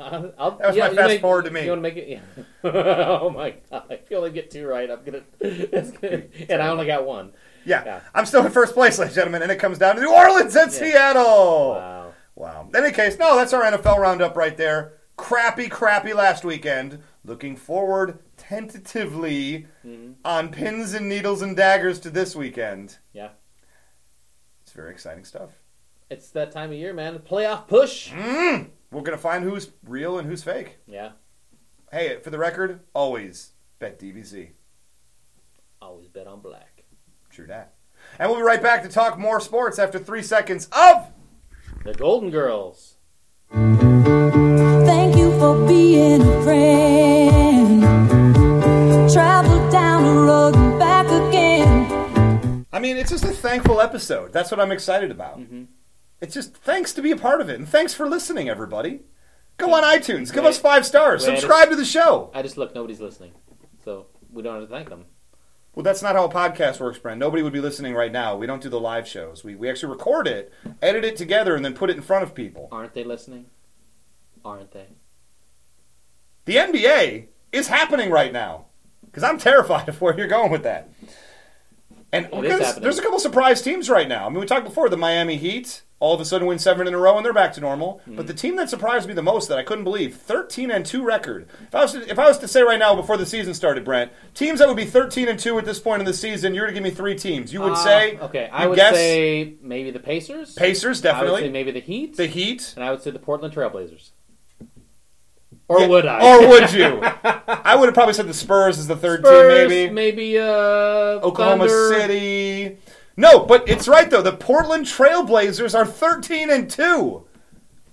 I'll, I'll, That was you my know, you fast make- forward to me. You want to make it? Yeah. oh my god! If you only get two right, I'm gonna. It's gonna and I only got one. Yeah. Yeah. I'm still in first place, ladies and gentlemen, and it comes down to New Orleans and Yeah. Seattle. Wow. Wow. In any case, no, that's our NFL roundup right there. Crappy, crappy last weekend. Looking forward tentatively Mm-hmm. on pins and needles and daggers to this weekend. Yeah. It's very exciting stuff. It's that time of year, man. Playoff push. Mm. We're going to find who's real and who's fake. Yeah. Hey, for the record, always bet DVZ. Always bet on black. True that. And we'll be right back to talk more sports after three seconds of. The Golden Girls. Thank you for being a friend. Travel down the road and back again. I mean, it's just a thankful episode. That's what I'm excited about. It's just thanks to be a part of it, and thanks for listening, everybody. Go on iTunes, give Wait. us five stars, Wait. subscribe to the show. I just look. Nobody's listening, so we don't have to thank them. Well, that's not how a podcast works, Brent. Nobody would be listening right now. We don't do the live shows. We, we actually record it, edit it together, and then put it in front of people. Aren't they listening? Aren't they? The NBA is happening right now because I'm terrified of where you're going with that. And is look at this- happening. there's a couple surprise teams right now. I mean, we talked before the Miami Heat all of a sudden win seven in a row and they're back to normal. Mm-hmm. But the team that surprised me the most that I couldn't believe, 13 and two record. If I was to, if I was to say right now before the season started, Brent, teams that would be 13 and two at this point in the season, you're to give me three teams. You would Uh, say Okay, I you'd would guess say maybe the Pacers. Pacers I would say definitely, maybe the Heat. the Heat. and I would say the Portland Trailblazers. Or would I? Or would you? I would have probably said the Spurs is the third team, Spurs, maybe. maybe uh, Oklahoma Thunder. City. No, but it's right though. The Portland Trailblazers are thirteen and two.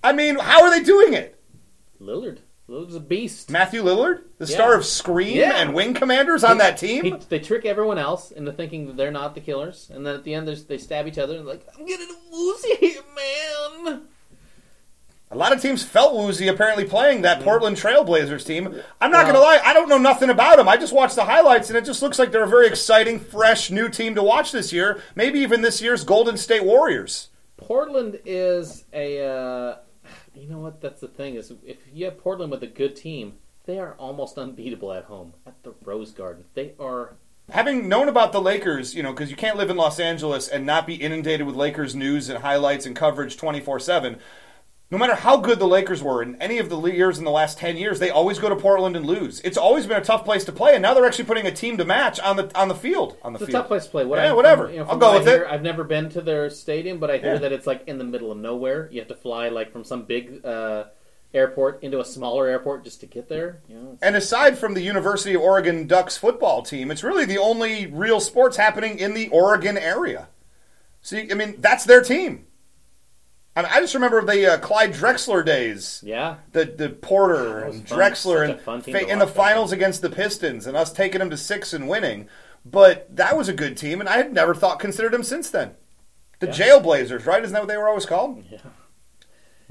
I mean, how are they doing it? Lillard. Lillard's a beast. Matthew Lillard, the Yeah. star of Scream Yeah. and Wing Commanders, on that team. He, they trick everyone else into thinking that they're not the killers, and then at the end there's- they stab each other and like, I'm getting woozy here, man. A lot of teams felt woozy apparently playing that Portland Trailblazers team. I'm not Mm. Well- going to lie, I don't know nothing about them. I just watched the highlights, and it just looks like they're a very exciting, fresh, new team to watch this year. Maybe even this year's Golden State Warriors. Portland is a, uh, you know what? That's the thing is if you have Portland with a good team, they are almost unbeatable at home at the Rose Garden. They are Having known about the Lakers, you know, because you can't live in Los Angeles and not be inundated with Lakers news and highlights and coverage 24 7. No matter how good the Lakers were in any of the le- years in the last 10 years, they always go to Portland and lose. It's always been a tough place to play, and now they're actually putting a team to match on the on the field. On the it's a field. tough place to play. What Yeah, I- whatever. you know, I'll from go what I with it. hear- I've never been to their stadium, but I hear Yeah. that it's like in the middle of nowhere. You have to fly like from some big uh, airport into a smaller airport just to get there. You know, And aside from the University of Oregon Ducks football team, it's really the only real sports happening in the Oregon area. See, I mean, that's their team. I, mean, I just remember the uh, Clyde Drexler days. yeah. The, the Porter That was and fun. Drexler Such a and fun team fa- to in the watch back then. finals against the Pistons and us taking them to six and winning. But that was a good team, and I had never thought considered them since then. The Yeah. Jailblazers, right? Isn't that what they were always called? Yeah.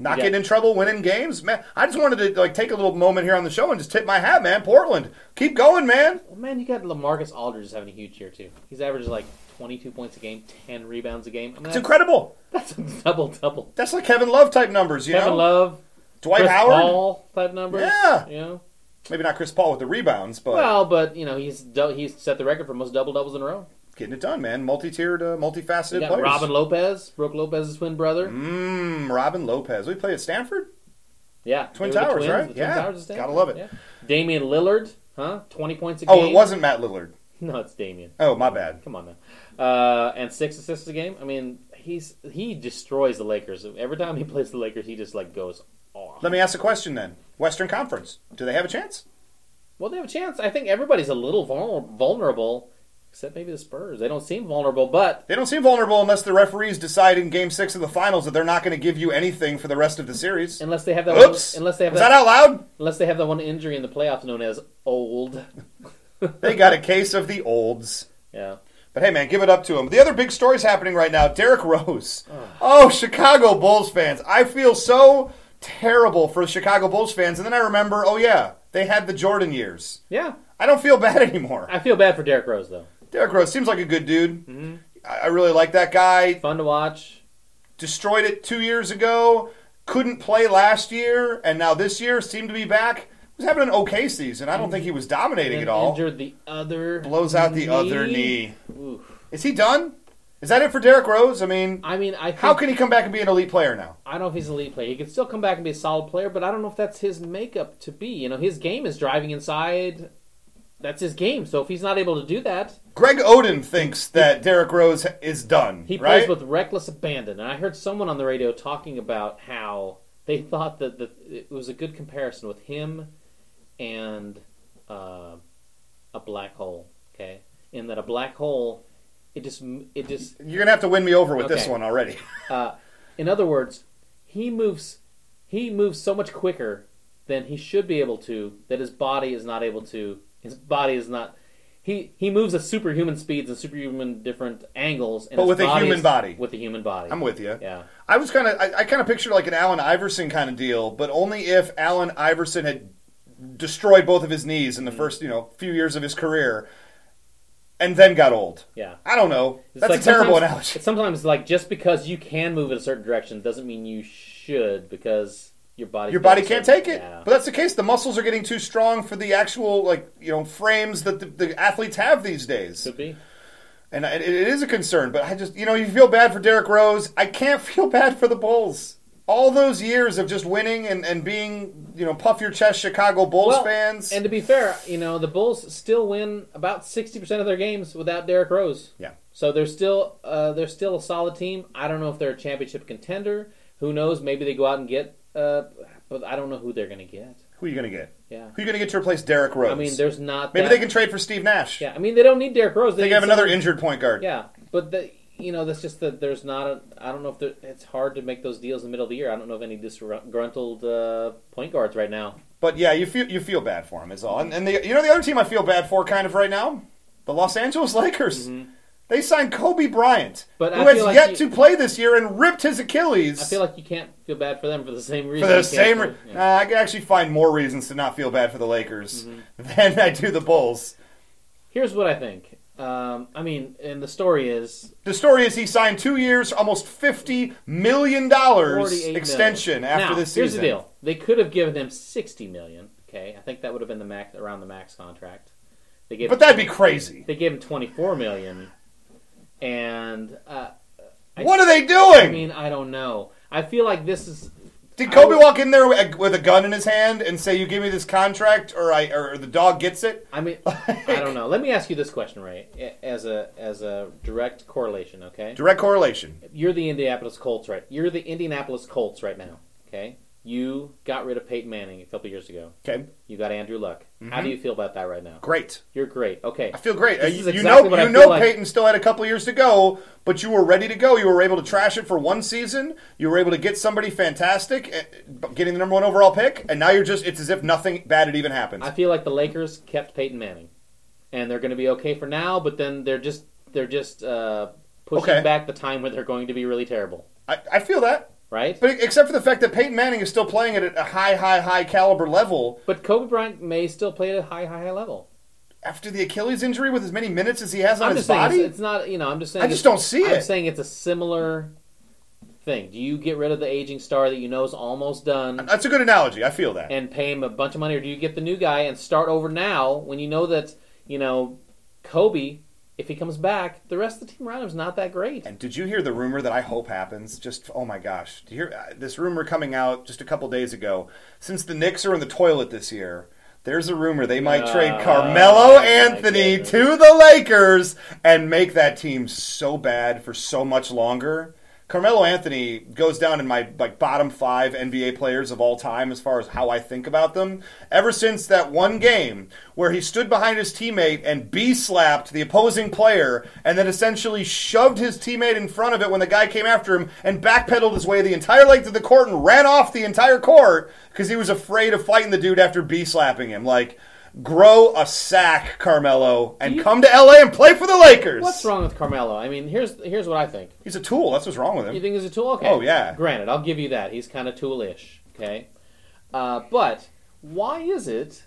Not Yeah. getting in trouble, winning games, man. I just wanted to like take a little moment here on the show and just tip my hat, man. Portland, keep going, man. Well, man, you got Lamarcus Aldridge is having a huge year too. He's averaging like 22 points a game, 10 rebounds a game. I It's mean, that's, incredible. that's a double double. That's like Kevin Love type numbers, you Kevin know. Love, Dwight Chris Howard, Paul type numbers. Yeah. you know. maybe not Chris Paul with the rebounds, but Well, but you know he's do- he's set the record for most double doubles in a row. getting it done, man. Multi-tiered, uh, You multifaceted got players. Robin Lopez, Brooke Lopez's twin brother. Mm, Robin Lopez. We play at Stanford. Yeah, Twin they were the Towers, right? The Yeah. Towers is Gotta love it. Yeah. Damian Lillard, huh? 20 points a Oh, game. it wasn't Matt Lillard. No, it's Damian. Oh, my bad. Come on, man. Uh, and six assists a game. I mean, he's he destroys the Lakers. Every time he plays the Lakers, he just like goes off. Let me ask a question then. Western Conference. Do they have a chance? Well, they have a chance. I think everybody's a little vulner- vulnerable, except maybe the Spurs. They don't seem vulnerable, but They don't seem vulnerable unless the referees decide in Game Six of the Finals that they're not going to give you anything for the rest of the series. unless they have that, one, Oops. unless they have Was that, that out loud? unless they have that one injury in the playoffs known as old. They got a case of the olds. Yeah, But hey, man, give it up to him. The other big story's happening right now. Derek Rose. Oh, Chicago Bulls fans. I feel so terrible for Chicago Bulls fans. And then I remember, oh, yeah, they had the Jordan years. yeah. I don't feel bad anymore. I feel bad for Derrick Rose though. Derek Rose seems like a good dude. Mm-hmm. I I really like that guy. Fun to watch. Destroyed it two years ago. Couldn't play last year. And now this year seemed to be back. Was having an okay season. I don't think he was dominating at Then all. Injured the other. Blows out the knee. other knee. Oof. Is he done? Is that it for Derek Rose? I mean, I mean, I think, How can he come back and be an elite player now? I don't know if he's an elite player. He could still come back and be a solid player, but I don't know if that's his makeup to be. You know, his game is driving inside. That's his game. So if he's not able to do that, Greg Oden thinks that Derrick Rose is done. He right? plays with reckless abandon. And I heard someone on the radio talking about how they thought that the, it was a good comparison with him and uh, a black hole. Okay, in that a black hole, it just it just You're gonna have to win me over with this Okay. one already. uh, in other words, he moves he moves so much quicker than he should be able to that his body is not able to. His body is not. He, he moves at superhuman speeds and superhuman different angles. And But his with a human is- body. With a human body. I'm with you. Yeah. I was kind of, I, I kind of pictured like an Allen Iverson kind of deal, but only if Allen Iverson had destroyed both of his knees in Mm. the first, you know, few years of his career, and then got old. Yeah. I don't know. It's That's like a terrible sometimes- analogy. It's sometimes like just because you can move in a certain direction doesn't mean you should because your body Your body can't take it. Yeah. But that's the case. The muscles are getting too strong for the actual, like, you know, frames that the, the athletes have these days. Could be. And it, it is a concern, but I just, you know, you feel bad for Derrick Rose. I can't feel bad for the Bulls. All those years of just winning and, and being, you know, puff your chest Chicago Bulls Well, fans. And to be fair, you know the Bulls still win about sixty percent of their games without Derrick Rose. yeah. So they're still uh, they're still a solid team. I don't know if they're a championship contender. Who knows? Maybe they go out and get. Uh, but I don't know who they're going to get. Who are you going to get? Yeah. Who are you going to get to replace Derek Rose? I mean, there's not. maybe that- they can trade for Steve Nash. Yeah, I mean, they don't need Derrick Rose. They need can have another someone- injured point guard. Yeah, but the, you know that's just that there's not a. I don't know if there, it's hard to make those deals in the middle of the year. I don't know of any disgruntled uh, point guards right now. But yeah, you feel you feel bad for him is all. And, and the, you know the other team I feel bad for kind of right now, the Los Angeles Lakers. They signed Kobe Bryant, Mm-hmm. But who I has feel like yet you- to play this year and ripped his Achilles. I feel like you can't feel bad for them for the same for reason. the you can't same, for- re- yeah. Nah, I can actually find more reasons to not feel bad for the Lakers Mm-hmm. than I do the Bulls. Here's what I think. Um, I mean, and the story is The story is he signed two years, almost fifty million dollars 48 million. extension after now, this season. Here's the deal: they could have given him sixty million. Okay, I think that would have been the max around the max contract. They gave, But that'd be crazy. they gave him twenty four million, and uh, I- what are they doing? I mean, I don't know. I feel like this is Did Kobe I- walk in there with a, with a gun in his hand and say, "You give me this contract, or I or the dog gets it"? I mean, I don't know. Let me ask you this question, Ray, a- as a as a direct correlation. Okay, Direct correlation. you're the Indianapolis Colts, right? You're the Indianapolis Colts right now. Okay, you got rid of Peyton Manning a couple years ago. Okay, You got Andrew Luck. How do you feel about that right now? great. You're great. Okay, Mm-hmm. I feel great. Uh, This is you- you exactly know, what I you feel know, like. Peyton still had a couple years to go, but you were ready to go. You were able to trash it for one season. You were able to get somebody fantastic, uh, getting the number one overall pick, and now you're just—it's as if nothing bad had even happened. I feel like the Lakers kept Peyton Manning, and they're going to be okay for now. But then they're just they're just uh, pushing Okay. back the time where they're going to be really terrible, I, I feel that, right? But, but e, except for the fact that Peyton Manning is still playing at a high, high, high caliber level Kobe Bryant may still play at a high, high, high level. after the Achilles injury with as many minutes as he has on I'm his just saying body. It's, it's not you know. I'm just saying. I just it's- don't see I'm it. saying it's a similar thing. Do you get rid of the aging star that you know is almost done That's a good analogy. I feel that. and pay him a bunch of money, or do you get the new guy and start over now when you know that you know Kobe? If he comes back, the rest of the team around him is not that great. And did you hear the rumor that I hope happens? Just oh my gosh, do you hear uh, this rumor coming out just a couple days ago? Since the Knicks are in the toilet this year, there's a rumor they might trade Carmelo my Anthony goodness. to the Lakers and make that team so bad for so much longer. Carmelo Anthony goes down in my like bottom five NBA players of all time as far as how I think about them. Ever since that one game where he stood behind his teammate and B slapped the opposing player and then essentially shoved his teammate in front of it when the guy came after him and backpedaled his way the entire length of the court and ran off the entire court because he was afraid of fighting the dude after B slapping him. Like, grow a sack, Carmelo, and come to LA and play for the Lakers. What's wrong with Carmelo? I mean, here's here's what I think. He's a tool. That's what's wrong with him. You think he's a tool? Okay. Oh, yeah. Granted, I'll give you that. He's kind of toolish. Okay. Uh, but why is it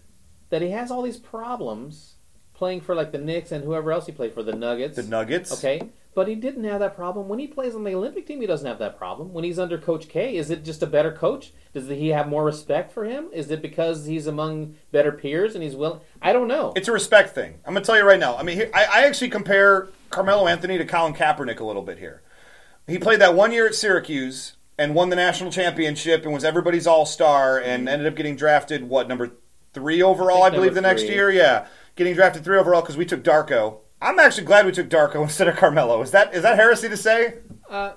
that he has all these problems playing for like the Knicks and whoever else he played for, the Nuggets? the Nuggets. Okay. But he didn't have that problem when he plays on the Olympic team. He doesn't have that problem when he's under Coach K. Is it just a better coach? Does he have more respect for him? Is it because he's among better peers and he's willing? I don't know. It's a respect thing. I'm gonna tell you right now. I mean, here, I, I actually compare Carmelo Anthony to Colin Kaepernick a little bit here. He played that one year at Syracuse and won the national championship and was everybody's all star and ended up getting drafted what number three overall, I, Mm-hmm. think believe, the number next three. year. Yeah, getting drafted three overall because we took Darko. I'm actually glad we took Darko instead of Carmelo. Is that is that heresy to say? Uh, Eh.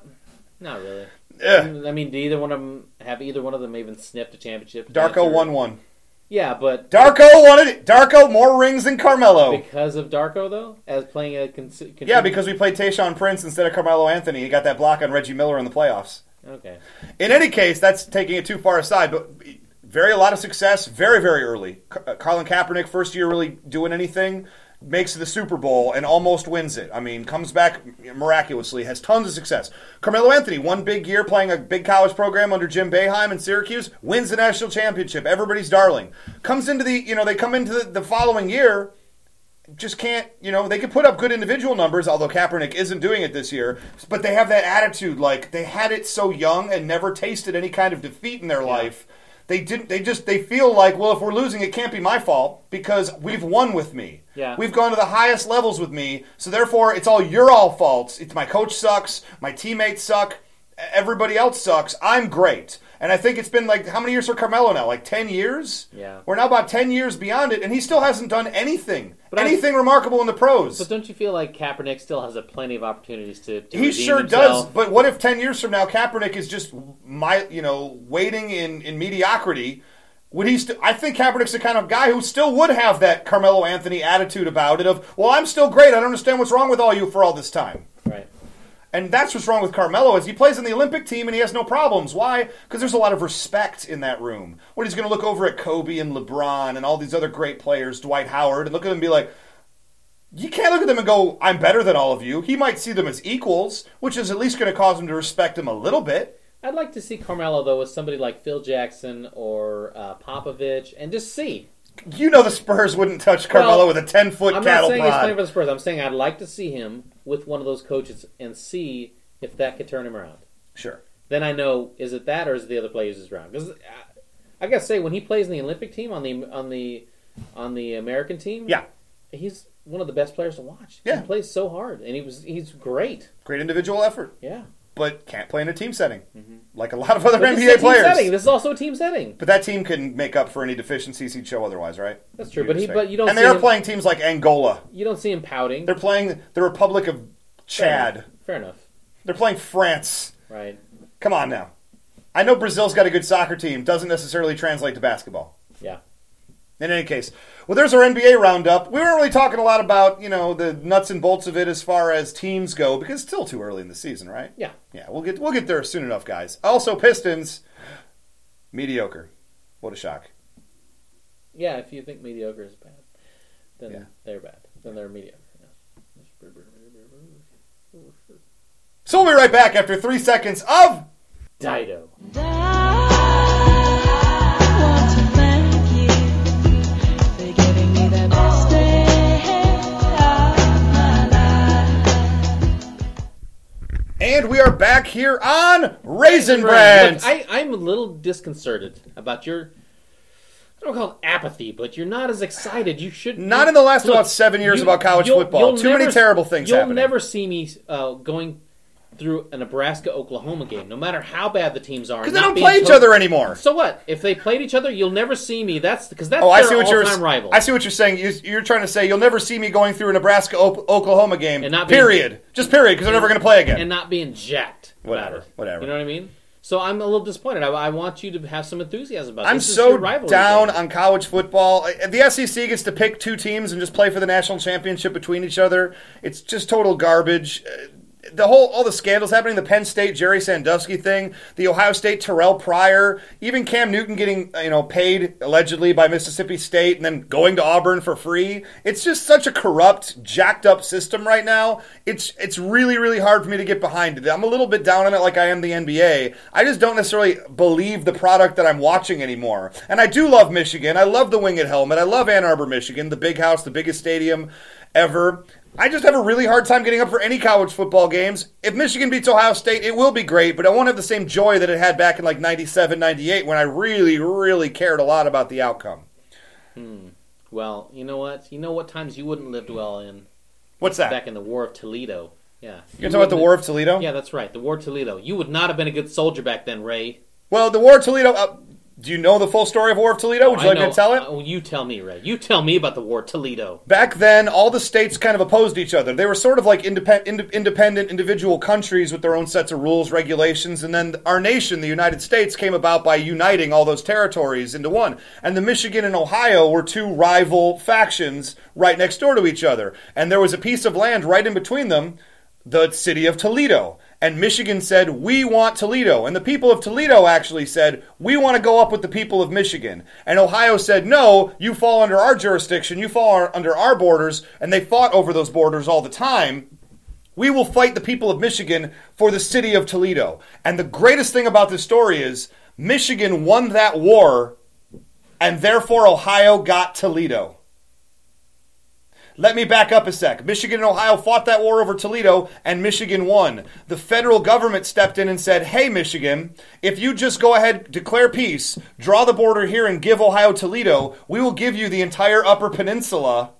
Not really. Ugh. I mean, do either one of them have either one of them even sniffed a championship? Darko Or- won one. Yeah, but Darko wanted Darko more rings than Carmelo. because of Darko though, as playing a cons- continu- Yeah, because we played Tayshawn Prince instead of Carmelo Anthony. He got that block on Reggie Miller in the playoffs. okay, In any case, that's taking it too far aside, but very a lot of success very very early. Car- uh, Colin Kaepernick first year really doing anything makes the Super Bowl and almost wins it. I mean, comes back miraculously, has tons of success. Carmelo Anthony, one big year playing a big college program under Jim Boeheim in Syracuse, wins the national championship. Everybody's darling. Comes into the, you know, they come into the, the following year just can't, you know, they can put up good individual numbers, although Kaepernick isn't doing it this year, but they have that attitude like they had it so young and never tasted any kind of defeat in their life. They didn't they just they feel like, well, if we're losing it can't be my fault because we've won with me. Yeah. We've gone to the highest levels with me, so therefore it's all your all faults. It's my coach sucks, my teammates suck, everybody else sucks. I'm great. And I think it's been like how many years for Carmelo now? Like 10 years? Yeah. We're now about 10 years beyond it and he still hasn't done anything But I- anything remarkable in the pros. but don't you feel like Kaepernick still has a plenty of opportunities to? to he redeem sure himself? does. But what if ten years from now Kaepernick is just my you know waiting in in mediocrity? Would he? St- I think Kaepernick's the kind of guy who still would have that Carmelo Anthony attitude about it. Of well, I'm still great. I don't understand what's wrong with all you for all this time. Right. And that's what's wrong with Carmelo is he plays in the Olympic team and he has no problems. Why? Because there's a lot of respect in that room. When he's going to look over at Kobe and LeBron and all these other great players, Dwight Howard, and look at them and be like, you can't look at them and go, "I'm better than all of you." He might see them as equals, which is at least going to cause him to respect him a little bit. I'd like to see Carmelo though with somebody like Phil Jackson or uh, Popovich, and just see. You know the Spurs wouldn't touch Carmelo Well, with a ten foot I'm not cattle saying he's playing prod. for the Spurs. I'm saying I'd like to see him with one of those coaches and see if that could turn him around. sure. Then I know is it that or is it the other players is around? Because I, I gotta say when he plays in the Olympic team on the on the on the American team, Yeah. he's one of the best players to watch. Yeah. he plays so hard, and he was he's great. Great individual effort, Yeah, but can't play in a team setting like a lot of other Mm-hmm. But NBA this is a team players. setting. This is also a team setting. But that team can make up for any deficiencies he'd show otherwise, right? That's true. But he, but you don't. And see they are him, playing teams like Angola. You don't see him pouting. They're playing the Republic of Chad. Fair enough. They're playing France. Right. Come on now. I know Brazil's got a good soccer team. Doesn't necessarily translate to basketball. Yeah. In any case, well, there's our NBA roundup. We weren't really talking a lot about you know the nuts and bolts of it as far as teams go because it's still too early in the season, right? Yeah. Yeah, we'll get we'll get there soon enough, guys. Also, Pistons mediocre. What a shock. Yeah. If you think mediocre is bad, then Yeah. they're bad. Then they're mediocre. Yeah. So we'll be right back after three seconds of Dido. I want to thank you for giving me the best day of my life. And we are back here on Raisin Look, Brands. I, I'm a little disconcerted about your. I don't call it apathy, but you're not as excited. You should Not you- in the last about seven years about college you'll- football. you'll Too many terrible things You'll happening. never see me uh, going through a Nebraska Oklahoma game, no matter how bad the teams are. Because they don't play each other anymore. So what if they played each other? You'll never see me. That's because that's Oh, I their see what you're. all-time rival. I see what you're saying. You- You're trying to say you'll never see me going through a Nebraska O- Oklahoma game. And not being- period. Just period. Because they're never going to play again. and not being jacked. about Whatever, it. whatever. You know what I mean? So I'm a little disappointed. I, I want you to have some enthusiasm about. I'm this. This is so your rivalry down game. on college football. Uh, The SEC gets to pick two teams and just play for the national championship between each other. It's just total garbage. Uh, The whole, all the scandals happening, the Penn State Jerry Sandusky thing, the Ohio State Terrell Pryor, even Cam Newton getting, uh, you know, paid allegedly by Mississippi State and then going to Auburn for free. It's just such a corrupt, jacked up system right now. It's, it's really, really hard for me to get behind it. I'm a little bit down on it like I am the NBA. I just don't necessarily believe the product that I'm watching anymore. And I do love Michigan. I love the Winged Helmet. I love Ann Arbor, Michigan, the big house, the biggest stadium ever. I just have a really hard time getting up for any college football games. If Michigan beats Ohio State, it will be great, but I won't have the same joy that it had back in like 97, 98 when I really, really cared a lot about the outcome. Well, you know what? You know what times you wouldn't lived well in What's that? back in the War of Toledo. Yeah. You're talking about the War of Toledo? Yeah, that's right. The War of Toledo. You would not have been a good soldier back then, Ray. Well, the War of Toledo. Uh, do you know the full story of War of Toledo? Would you like I me know- to tell it? Oh, you tell me, Ray. You tell me about the War of Toledo. back then all the states kind of opposed each other they were sort of like independ- ind- independent individual countries with their own sets of rules regulations and then our nation the united states came about by uniting all those territories into one and the michigan and ohio were two rival factions right next door to each other and there was a piece of land right in between them the city of Toledo. And Michigan said, We want Toledo. And the people of Toledo actually said, We want to go up with the people of Michigan. And Ohio said, No, you fall under our jurisdiction. You fall ar- under our borders. And they fought over those borders all the time. We will fight the people of Michigan for the city of Toledo. And the greatest thing about this story is Michigan won that war, and therefore Ohio got Toledo. Let me back up a sec. Michigan and Ohio fought that war over Toledo, and Michigan won. The federal government stepped in and said, Hey, Michigan, if you just go ahead, declare peace, draw the border here, and give Ohio Toledo, we will give you the entire Upper Peninsula,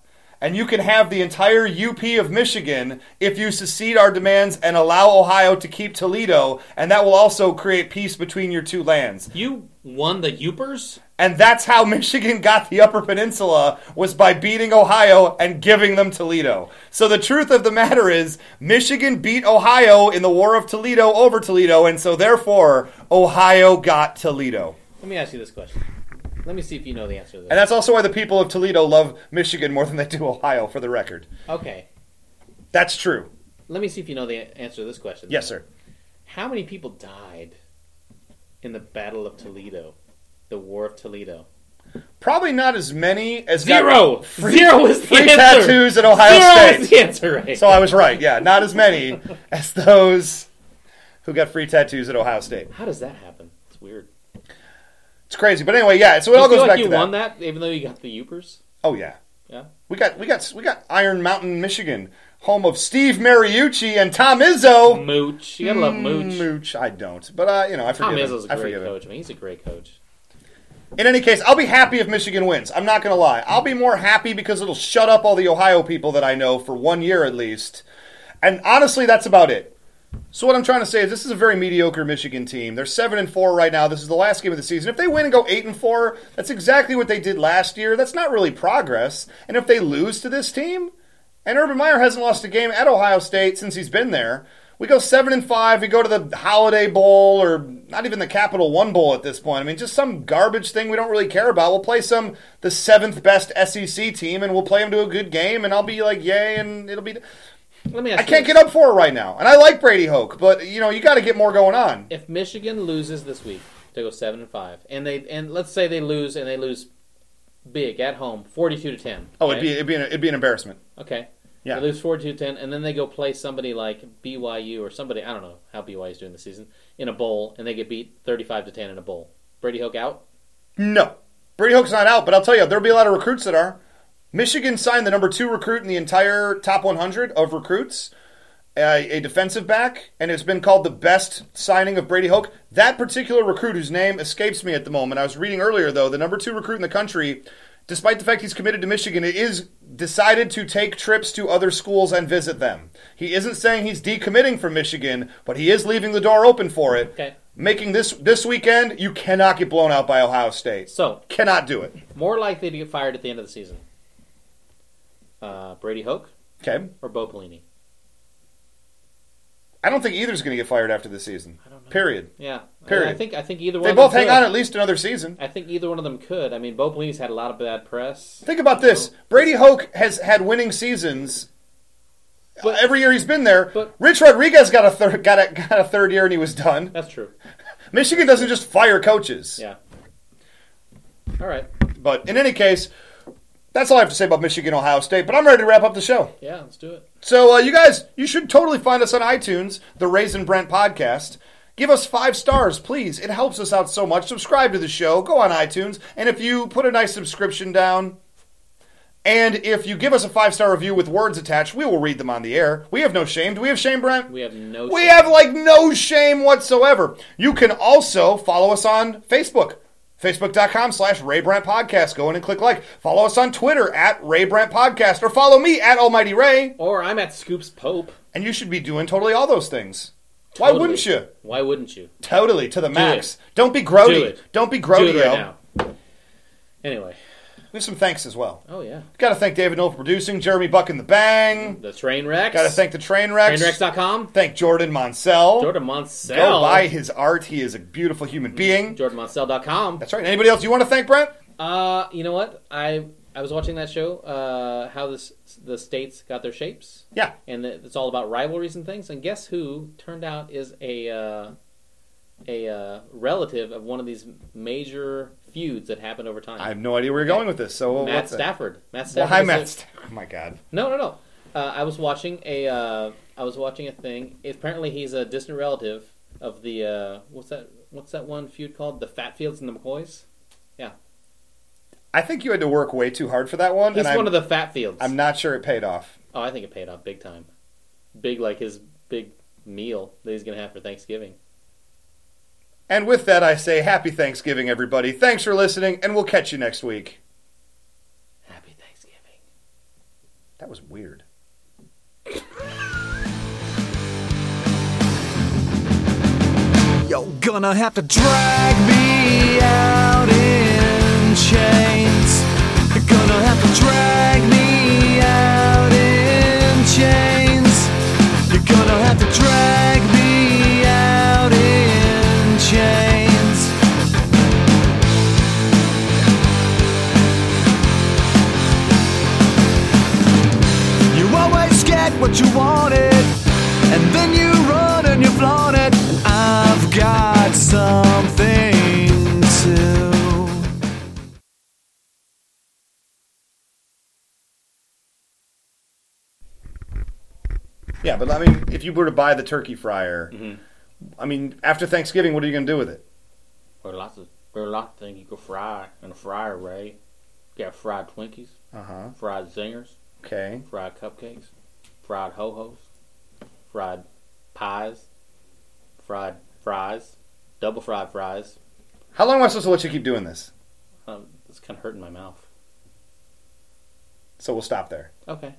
and you can have the entire UP of Michigan if you secede our demands and allow Ohio to keep Toledo, and that will also create peace between your two lands. You won the Upers? And that's how Michigan got the Upper Peninsula was by beating Ohio and giving them Toledo. So the truth of the matter is Michigan beat Ohio in the War of Toledo over Toledo and so therefore Ohio got Toledo. Let me ask you this question. Let me see if you know the answer to And this. that's also why the people of Toledo love Michigan more than they do Ohio, for the record. Okay. That's true. Let me see if you know the answer to this question. Yes, sir. How many people died in the Battle of Toledo? The War of Toledo? Probably not as many as got Zero! Zero is the free answer! tattoos at Ohio Zero State. is the answer, right? So I was right. Yeah, not as many as those who got free tattoos at Ohio State. How does that happen? It's weird. It's crazy, but anyway, yeah. So it all you goes feel back like you to that. won that, even though you got the Upers? Oh yeah, Yeah. we got we got we got Iron Mountain, Michigan, home of Steve Mariucci and Tom Izzo. Mooch. You gotta love Mooch. Mm, Mooch, I don't, but uh, you know, I Tom forgive Izzo's him. a I great forgive him. coach. I mean, he's a great coach. In any case, I'll be happy if Michigan wins. I'm not going to lie. I'll be more happy because it'll shut up all the Ohio people that I know for one year at least. And honestly, that's about it. So what I'm trying to say is this is a very mediocre Michigan team. They're 7 and 4 right now. This is the last game of the season. If they win and go 8 and 4, that's exactly what they did last year. That's not really progress. And if they lose to this team, and Urban Meyer hasn't lost a game at Ohio State since he's been there. We go seven and five. We go to the Holiday Bowl, or not even the Capital One Bowl at this point. I mean, just some garbage thing we don't really care about. We'll play some the seventh best SEC team, and we'll play them to a good game, and I'll be like, yay, and it'll be. Let me I ask you can't this. get up for it right now, and I like Brady Hoke, but you know, you got to get more going on. If Michigan loses this week, they go seven and five, and they and let's say they lose and they lose big at home, forty-two to ten. Oh, it'd be it'd be an, it'd be an embarrassment. okay. Yeah. They lose forty-two to ten, and then they go play somebody like BYU or somebody I don't know how BYU's doing this season in a bowl, and they get beat thirty-five to ten in a bowl. Brady Hook out. No. Brady Hoke's not out, but I'll tell you, there'll be a lot of recruits that are. Michigan signed the number two recruit in the entire top 100 of recruits, uh, a, a defensive back, and it's been called the best signing of Brady Hoke. That particular recruit, whose name escapes me at the moment, I was reading earlier, though, the number two recruit in the country, despite the fact he's committed to Michigan, it is decided to take trips to other schools and visit them. He isn't saying he's decommitting from Michigan, but he is leaving the door open for it. Okay. Making this this weekend, you cannot get blown out by Ohio State. So Cannot do it. more likely to get fired at the end of the season. Uh, Brady Hoke Okay. or Bo Pelini? I don't think either's going to get fired after this season. I don't know. Period. Yeah. I- Period. I, think I think either one. They of them both hang could. on at least another season. I think either one of them could. I mean, Bo Pelini's had a lot of bad press. Think about this. Brady Hoke has had winning seasons But- every year he's been there. but- Rich Rodriguez got a third got a, got a third year and he was done. That's true. Michigan doesn't just fire coaches. Yeah. All right. But in any case, that's all I have to say about Michigan Ohio State, but I'm ready to wrap up the show. Yeah, let's do it. So, uh, you guys, you should totally find us on iTunes, the Raisin Brent Podcast. Give us five stars, please. It helps us out so much. Subscribe to the show. Go on iTunes. And if you put a nice subscription down, and if you give us a five star review with words attached, we will read them on the air. We have no shame. Do we have shame, Brent? We have no. We shame. have like no shame whatsoever. You can also follow us on Facebook. Facebook.com slash Ray Brandt Podcast. Go in and click like. Follow us on Twitter at Ray Brandt Podcast or follow me at Almighty Ray. Or I'm at Scoops Pope. And you should be doing totally all those things. Why Totally. wouldn't you? Why wouldn't you? Totally, to the max. it. Don't be grody. Do it. Don't be Do grody. it right now. Anyway. We have some thanks as well. Oh yeah. Got to thank David Noel for producing, Jeremy Buck and the Bang. The train wrecks. Got to thank the train wrecks. Trainwrecks.com. Thank Jordan Monsell. Jordan Monsell. Go buy his art. He is a beautiful human being. JordanMonsell.com. That's right. Anybody else you want to thank, Brent? Uh, you know what? I I was watching that show. Uh, how this the states got their shapes. Yeah. and that it's all about rivalries and things. And guess who turned out is a uh, a uh, relative of one of these major feuds that happened over time. I have no idea where you're going with this. So Matt what's that? Stafford. Matt Well, Stafford. hi, is Matt. a- Sta- oh my God. no, no, no. Uh, I was watching a uh, I was watching a thing. Apparently, he's a distant relative of the uh, what's that what's that one feud called? The Fatfields and the McCoys. Yeah, I think you had to work way too hard for that one. he's and one I'm, of the Fatfields. I'm not sure it paid off. Oh, I think it paid off big time. Big like his big meal that he's gonna have for Thanksgiving. And with that, I say happy Thanksgiving, everybody. Thanks for listening, and we'll catch you next week. Happy Thanksgiving. That was weird. You're gonna have to drag me out in chains. You're gonna have to drag me out in chains. You're gonna have to drag me out in chains. what you wanted, and then you run and you flaunt it. And I've got something to. Yeah, but I mean, if you were to buy the turkey fryer, I mean, after Thanksgiving, what are you going to do with it? There are lots of there are lots of things you could fry in a fryer, right? You got fried Twinkies, Uh huh. fried zingers, Okay. fried cupcakes, fried ho hos, fried pies, fried fries, double fried fries. How long am I supposed to let you keep doing this? Um, it's kind of hurting my mouth. So we'll stop there. Okay.